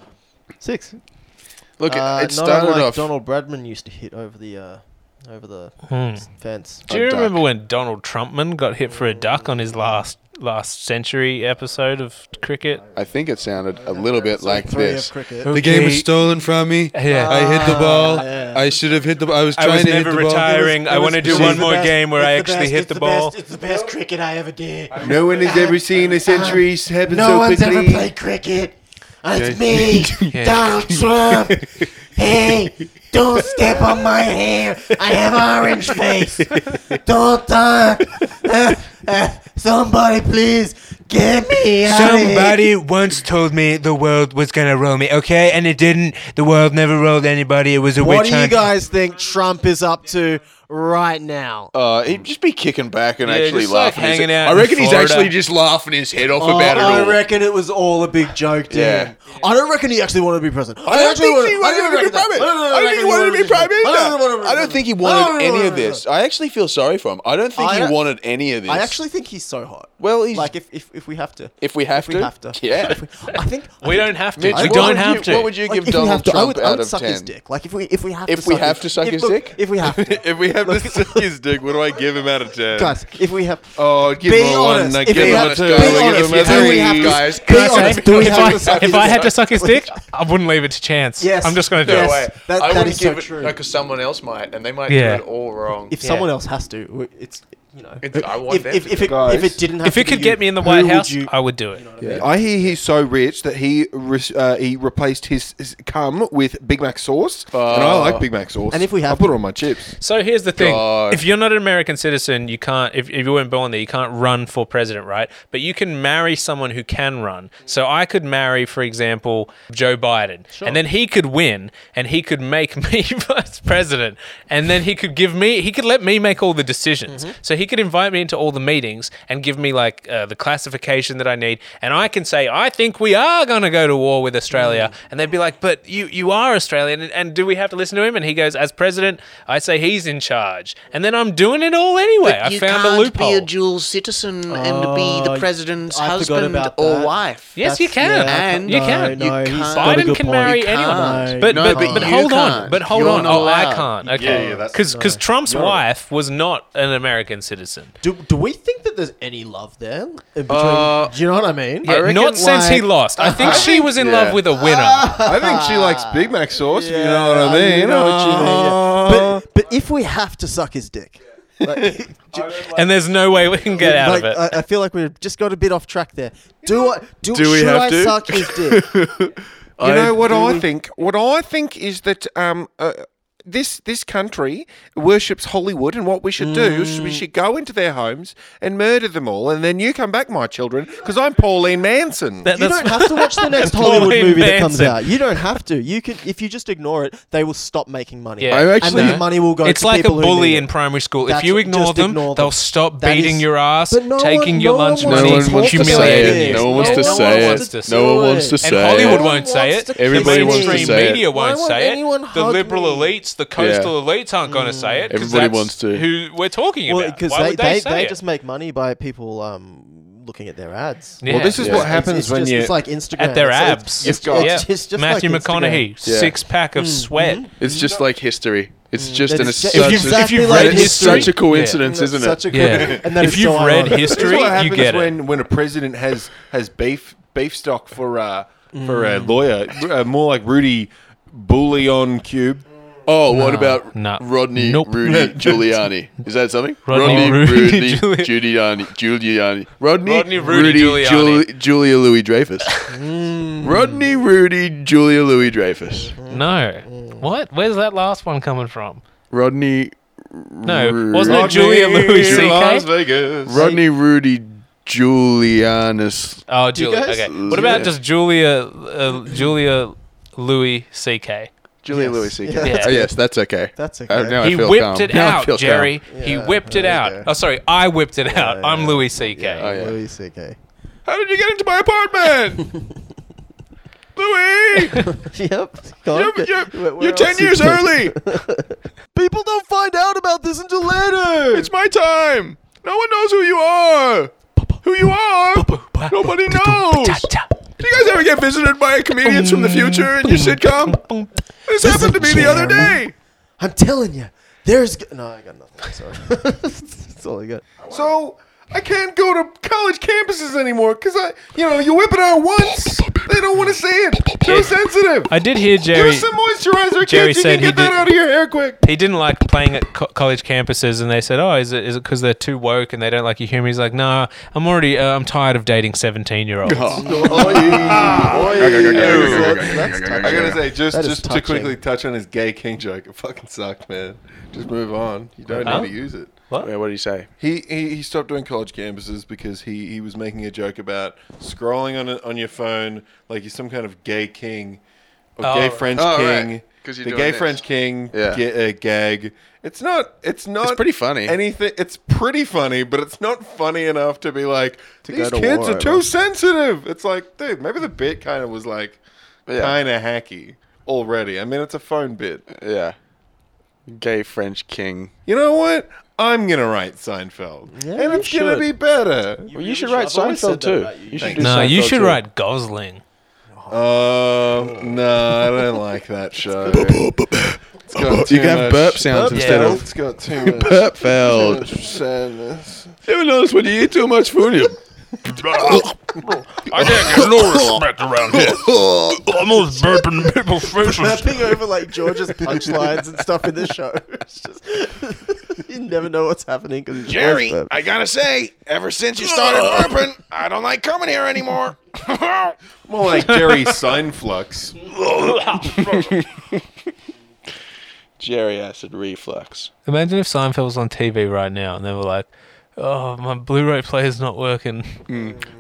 S9: Six.
S10: Look, it-
S9: Uh,
S10: it
S9: not
S10: started
S9: unlike
S10: off.
S9: Donald Bradman used to hit over the uh, over the
S3: Hmm.
S9: fence.
S3: Do you
S10: A duck.
S3: remember when Donald Trumpman got hit for a duck on his last last century episode of cricket?
S10: I think it sounded a little bit like
S9: Three
S10: this.
S9: of cricket.
S3: Okay.
S15: The game was stolen from me.
S3: Yeah.
S15: I hit the ball.
S9: yeah.
S15: I should have hit the. I was
S3: I
S15: trying
S3: was
S15: to hit
S3: never
S15: the ball.
S3: retiring. I want to do
S9: It's
S3: one
S9: the
S3: more
S9: best-
S3: game where
S9: it's
S3: I
S9: the
S3: actually
S9: best-
S3: hit
S9: it's
S3: the, ball.
S9: Best, it's the best cricket I ever did.
S1: No one has ever seen a century happen
S9: No one's ever played cricket. It's me, Donald Trump.
S2: Hey, don't step on my hair. I have orange face. Don't talk. Uh, uh, somebody, please get me out of here.
S16: Somebody once told me the world was gonna roll me, okay? And it didn't. The world never rolled anybody. It was a
S9: What
S16: witch
S9: do you
S16: hunt.
S9: guys think Trump is up to right now?
S14: Uh, he'd just be kicking back and
S9: Yeah,
S14: actually
S9: just, like,
S14: laughing. his-
S9: hanging out
S14: I
S9: in
S14: reckon he's
S9: Florida.
S14: actually just laughing his head off
S9: Oh,
S14: about it
S9: I
S14: all.
S9: reckon it was all a big joke to
S14: Yeah.
S9: him. I don't reckon he actually wanted to be president.
S14: I don't
S9: actually
S14: think he wanted to be prime
S9: reckon
S14: minister.
S9: that. I
S14: I
S9: don't
S14: don't think he wanted to be prime minister. I don't think he wanted any of
S9: this.
S14: this. I actually feel sorry for him. I don't think
S9: I
S14: he
S9: don't-
S14: wanted any of this.
S9: I actually think he's so hot.
S14: Well, he's
S9: like if if, if we have to,
S14: If we have
S9: we
S14: to?
S9: have to,
S14: Yeah.
S9: If we- I think
S3: We
S9: I think-
S3: don't have to.
S9: I
S14: We
S9: think-
S14: don't What would have you- to. what would you
S9: Like,
S14: give
S9: if we
S14: Donald
S9: have to, I
S14: Trump
S9: would, I
S14: out
S9: would
S14: of
S9: suck his
S14: 10?
S9: dick. Like if we if we have
S14: If
S9: to
S14: we
S9: suck
S14: have
S9: his,
S14: to suck
S9: if,
S14: his
S9: look,
S14: dick?
S9: if we have to,
S1: if we have to suck his dick, what do I give him out of ten?
S9: guys, if we have,
S1: oh, give
S9: be
S1: him a one,
S9: honest,
S1: I
S9: if
S1: give
S9: we
S1: him
S9: have
S1: a
S9: to,
S1: two,
S9: be
S1: I give
S9: honest,
S1: him a
S9: if we
S1: three.
S9: have to-
S1: Guys,
S9: be
S1: can I say-
S9: honest, do we
S3: if
S9: have
S3: I,
S9: to suck
S3: if
S9: his
S3: I
S9: dick?
S3: had to suck his dick, I wouldn't leave it to chance.
S9: Yes.
S3: I'm just gonna do
S9: No
S3: it.
S9: way. That-
S14: I
S9: that
S14: wouldn't
S9: is so
S14: give it
S9: true.
S14: no, because someone else might, and they might
S3: Yeah.
S14: do it all wrong.
S9: If someone else has to, w- it's you know.
S14: It's- I want
S9: if,
S14: them
S9: if,
S14: to
S9: if,
S14: do
S9: it,
S14: it.
S9: if it didn't have
S3: If
S9: to
S3: it
S9: be
S3: could
S9: you,
S3: get me in the
S9: who
S3: White
S9: would
S3: House,
S9: you-
S3: I would do it.
S15: Yeah, I hear he's so rich that he res- uh, he replaced his, his cum with Big Mac sauce,
S1: Uh.
S15: and I like Big Mac sauce.
S3: And if we
S15: I
S3: have
S15: put it on my chips.
S3: So here's the thing:
S15: God.
S3: if you're not an American citizen, you can't. If, if you weren't born there, you can't run for president, right? But you can marry someone who can run. So I could marry, for example, Joe Biden, and then he could win, and he could make me vice president, and then he could give me, he could let me make all the decisions.
S17: Mm-hmm.
S3: So he could invite me into all the meetings and give me like uh, the classification that I need, and I can say, I think we are going to go to war with
S17: Mm.
S3: Australia, and they'd be like, But you you are Australian, and, and do we have to listen to him? And he goes, As president, I say he's in charge, and then I'm doing it all anyway.
S17: But
S3: I
S17: you
S3: found
S17: can't
S3: a loophole.
S17: be a dual citizen and be the president's
S9: Oh, I forgot
S17: husband
S9: about
S17: or
S9: that.
S17: wife.
S3: Yes, you can.
S17: And
S3: you can.
S17: You can't.
S3: Biden can marry
S17: You
S3: anyone.
S17: can't.
S3: But,
S17: No,
S3: but, but, but
S17: you
S3: hold on.
S17: can't.
S3: But hold
S17: You're
S3: on.
S17: not
S3: Oh, I
S17: allowed.
S3: can't.
S17: Yeah,
S3: Okay.
S17: yeah, that's-
S3: Because
S17: no.
S3: Trump's
S17: You're-
S3: wife was not an American citizen.
S9: Do, do we think that there's any love there? in Between,
S3: Uh,
S9: do you know what I mean?
S3: Yeah, not since he lost. I think she was in
S9: Yeah.
S3: love with a winner.
S15: I think she likes Big Mac sauce. if Ah. you know what I mean?
S9: You know what you mean, yeah.
S15: Uh,
S9: But but if we have to suck his dick, like,
S3: and there's no way we can get out
S9: like,
S3: of it.
S9: I, I feel like we've just got a bit off track there. Do I do,
S3: Do we
S9: should
S3: have
S9: I
S3: to?
S9: suck his dick?
S15: You know what
S9: do
S15: I
S9: we-
S15: think? What I think is that um, uh, this this country worships Hollywood, and what we should do is we should go into their homes and murder them all, and then you come back, my children, because I'm Pauline Manson.
S9: you don't have to watch the next Hollywood
S15: Pauline
S9: movie that comes
S15: Manson.
S9: out. You don't have to. You can if you just ignore it, they will stop making money.
S3: Yeah.
S9: and then the money will go.
S3: It's
S9: to
S3: like a
S9: people who need
S3: bully
S9: it.
S3: in primary school.
S9: That's
S3: if you
S9: it.
S3: ignore
S9: Just
S3: them,
S9: ignore them.
S3: they'll stop
S9: That
S3: beating
S9: is-
S3: your ass,
S9: But no
S3: taking
S9: one-
S3: your
S9: no
S3: lunch
S9: one
S3: money,
S9: wants to No one say it.
S14: No
S3: humiliating you.
S14: one wants to say it. No one wants to
S3: and
S14: say it.
S3: Hollywood
S14: No
S3: won't
S14: one
S3: say
S14: wants
S3: it.
S14: to Everybody
S3: the
S14: wants to
S3: mainstream
S14: say it.
S3: media won't
S14: Why won't
S3: say
S9: anyone
S3: it. The
S9: hug
S3: liberal elites, the coastal elites aren't going to say it. 'cause
S14: Everybody
S3: that's
S14: wants to.
S3: Who we're talking
S9: Well,
S3: about?
S9: because
S3: Why
S9: they,
S3: would
S9: they, they,
S3: say it?
S9: just make money by people um, looking at their ads.
S3: Yeah. Well, this is what
S9: It's-
S3: happens
S9: it's
S3: when
S9: just,
S3: you-
S9: it's like Instagram
S3: At their
S9: It's-
S3: abs.
S9: it's- It's,
S3: You've got-
S9: it's-
S3: Yeah.
S9: it's just
S3: Matthew
S9: like Instagram.
S3: McConaughey, Yeah. six pack of sweat.
S14: It's just like history. It's just
S3: Mm. That
S14: an
S3: is
S14: such,
S3: ju- if you've-
S14: a-
S3: if you've read
S14: it's
S3: history-
S14: such a coincidence,
S3: Yeah.
S14: isn't
S3: Such
S14: it?
S3: a Yeah. coincidence. And that If is you've so read ironic. history,
S15: This is what
S3: you
S15: happens
S3: get it.
S15: when, when a president has has beef beef stock for uh, for a
S14: Mm.
S15: lawyer, uh, more like Rudy Bullion Cube.
S14: Oh, what about
S15: no.
S14: Rodney Rudy Giuliani? Is that something?
S15: Rodney
S14: Rudy,
S15: Rudy
S14: Giuliani. Giuliani. Rodney,
S15: Rodney Rudy
S14: Giul-
S15: Giuliani.
S14: Julia Louis Dreyfus.
S3: Mm.
S14: Rodney Rudy Julia Louis Dreyfus.
S3: No.
S14: Mm.
S3: What? Where's that last one coming from?
S14: Rodney. No,
S3: wasn't it Julia Louis CK? Las Vegas.
S14: Rodney Rudy Giulianis.
S3: Oh, Julia. Okay. What about just Julia, uh, Julia Louis C.K.
S14: Julia Louis C.K. Oh, yes, that's okay. That's okay. Uh, now I
S3: he
S14: feel
S3: whipped
S14: calm.
S3: it
S14: Now I
S3: out,
S14: feel
S3: Jerry.
S14: calm.
S3: He whipped it out. Oh, sorry, I whipped it out. I'm Louis C.K.
S9: Louis C.K.
S15: How did you get into my apartment?
S9: Louis! yep.
S2: You're- you're-
S14: you're 10 years early.
S9: People don't find out about this until later.
S14: It's my time. No one knows who you are. Who you are? Nobody knows. Do you guys ever get visited by comedians from the future in your sitcom? This happened to me the other day.
S9: I'm telling you, there's g- no. I got nothing. Sorry. That's all I got.
S15: So
S1: I can't go to college campuses anymore because I, you know, you whip it out once, they don't want to see it. Too sensitive.
S3: I did hear Jerry.
S1: Use some moisturizer,
S3: Jerry
S1: kids. You
S3: said
S1: can
S3: he
S1: get that
S3: did-
S1: out of your hair quick.
S3: He didn't like playing at co- college campuses, and they said, "Oh, is it is it because they're too woke and they don't like your humor?" He's like, "Nah, I'm already uh, I'm tired of dating seventeen year olds."
S10: Oh.
S1: I gotta say, just
S3: That is
S1: just to
S3: touching.
S1: quickly touch on his gay king joke, it fucking sucked, man. Just move on. You don't
S10: Huh?
S1: need to use it.
S10: What? Yeah, what did he say?
S1: He, he he stopped doing college campuses because he, he was making a joke about scrolling on a, on your phone like you're some kind of gay king or
S10: Oh,
S1: gay
S10: right.
S1: French
S10: Oh, right.
S1: king.
S10: 'Cause you're
S1: the
S10: doing
S1: gay
S10: this.
S1: French king
S10: Yeah.
S1: ga- uh, gag. It's not. It's not.
S10: pretty funny.
S1: Anything. It's pretty funny, but it's not funny enough to be like
S10: go
S1: these
S10: to
S1: kids
S10: war
S1: are too
S10: over."
S1: sensitive. It's like, dude, maybe the bit kind of was like kind of hacky already. I mean, it's a phone bit.
S10: Yeah. Gay French king.
S1: You know what? I'm gonna write Seinfeld,
S10: Yeah,
S1: and
S10: you
S1: it's gonna
S10: should.
S1: be better.
S10: Well, you should write Seinfeld too. You should do
S3: no, you
S10: Seinfeld
S3: should
S10: too.
S3: write Gosling.
S1: Um, no, I don't like that show. It's got
S10: You
S1: too
S10: can have
S1: much-
S10: burp sounds instead of-
S1: It's got too much.
S10: Burpfeld.
S1: too much sadness.
S10: You ever notice when you eat too much food, you
S14: I can't get no respect around here. Almost burping in people's
S9: Mapping
S14: faces.
S9: over like George's punchlines and stuff in the show. It's just, you never know what's happening because
S5: Jerry, Uh, I gotta say, ever since you started burping, I don't like coming here anymore.
S1: More like Jerry Seinflux.
S10: Jerry acid reflux.
S3: Imagine if Seinfeld was on TV right now, and they were like, "Oh, my Blu-ray player's not working."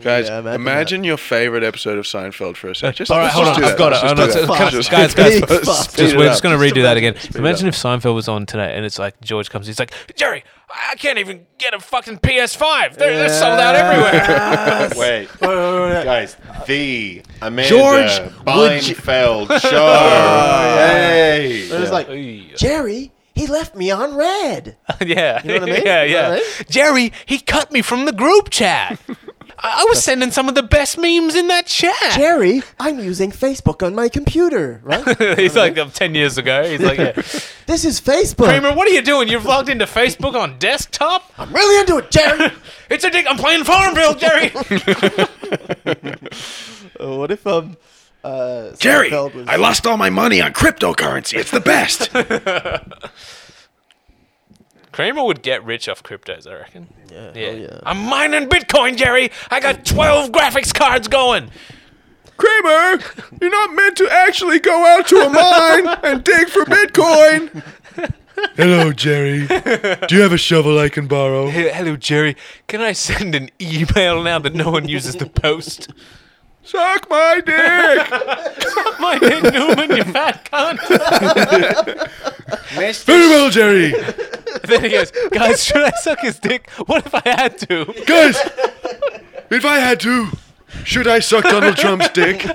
S10: Guys,
S3: Yeah,
S10: imagine,
S3: imagine
S10: your favorite episode of Seinfeld for a second. Just,
S3: All right,
S10: let's
S3: hold
S10: just
S3: on.
S10: do
S3: I've
S10: that.
S3: got it.
S10: Let's just
S3: Oh,
S10: do
S3: no, it's- it's-
S10: that. Just
S3: Guys, guys,
S10: speed
S3: guys,
S10: it up.
S3: just-
S10: Speed it
S3: we're
S10: up.
S3: just going to redo that again.
S10: Speed it
S3: Imagine
S10: up.
S3: if Seinfeld was on today, and it's like George comes. He's like, Jerry, I can't even get a fucking PS5. They're, they're sold out everywhere.
S1: Wait, guys, the Amanda
S3: George,
S9: would you-
S1: Seinfeld show.
S9: yeah.
S1: Hey,
S9: They're just like, Jerry, he left me on red.
S3: yeah,
S9: You know what I mean?
S3: yeah,
S9: You know
S3: yeah.
S9: what I
S3: Jerry, he cut me from the group chat. I I was sending some of the best memes in that chat.
S9: Jerry, I'm using Facebook on my computer, right?
S3: he's like um, ten years ago. He's like, yeah.
S9: This is Facebook.
S3: Kramer, what are you doing? You've logged into Facebook on desktop.
S9: I'm really into it, Jerry.
S3: it's a dick. I'm playing Farmville, Jerry.
S9: Uh, what if um, uh,
S5: Jerry,
S9: Seinfeld was-
S5: I lost all my money on cryptocurrency. It's the best.
S3: Kramer would get rich off cryptos, I reckon. Yeah, yeah. I'm mining Bitcoin, Jerry. I got 12 graphics cards going.
S14: Kramer, you're not meant to actually go out to a mine and dig for Bitcoin.
S12: Hello, Jerry. Do you have a shovel I can borrow?
S3: Hey, hello, Jerry. Can I send an email now that no one uses the post?
S14: Suck my dick.
S3: Suck my dick, Newman, you fat cunt.
S12: Very well, Jerry.
S3: then he goes, guys, should I suck his dick? What if I had to?
S12: Guys, if I had to, should I suck Donald Trump's dick? Be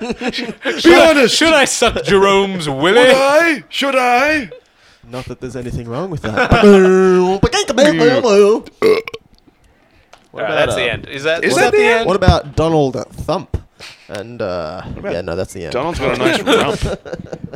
S3: I-
S12: honest.
S3: should I suck Jerome's willy?
S12: Would I? Should I?
S9: Not that there's anything wrong with
S3: All
S9: that.
S3: right, that's
S9: But,
S3: the
S9: uh,
S3: end. Is that,
S9: what
S3: is
S9: about-
S3: that the end?
S9: What about Donald Thump? And uh, yeah, no, that's the end.
S3: Donald's got a nice rump.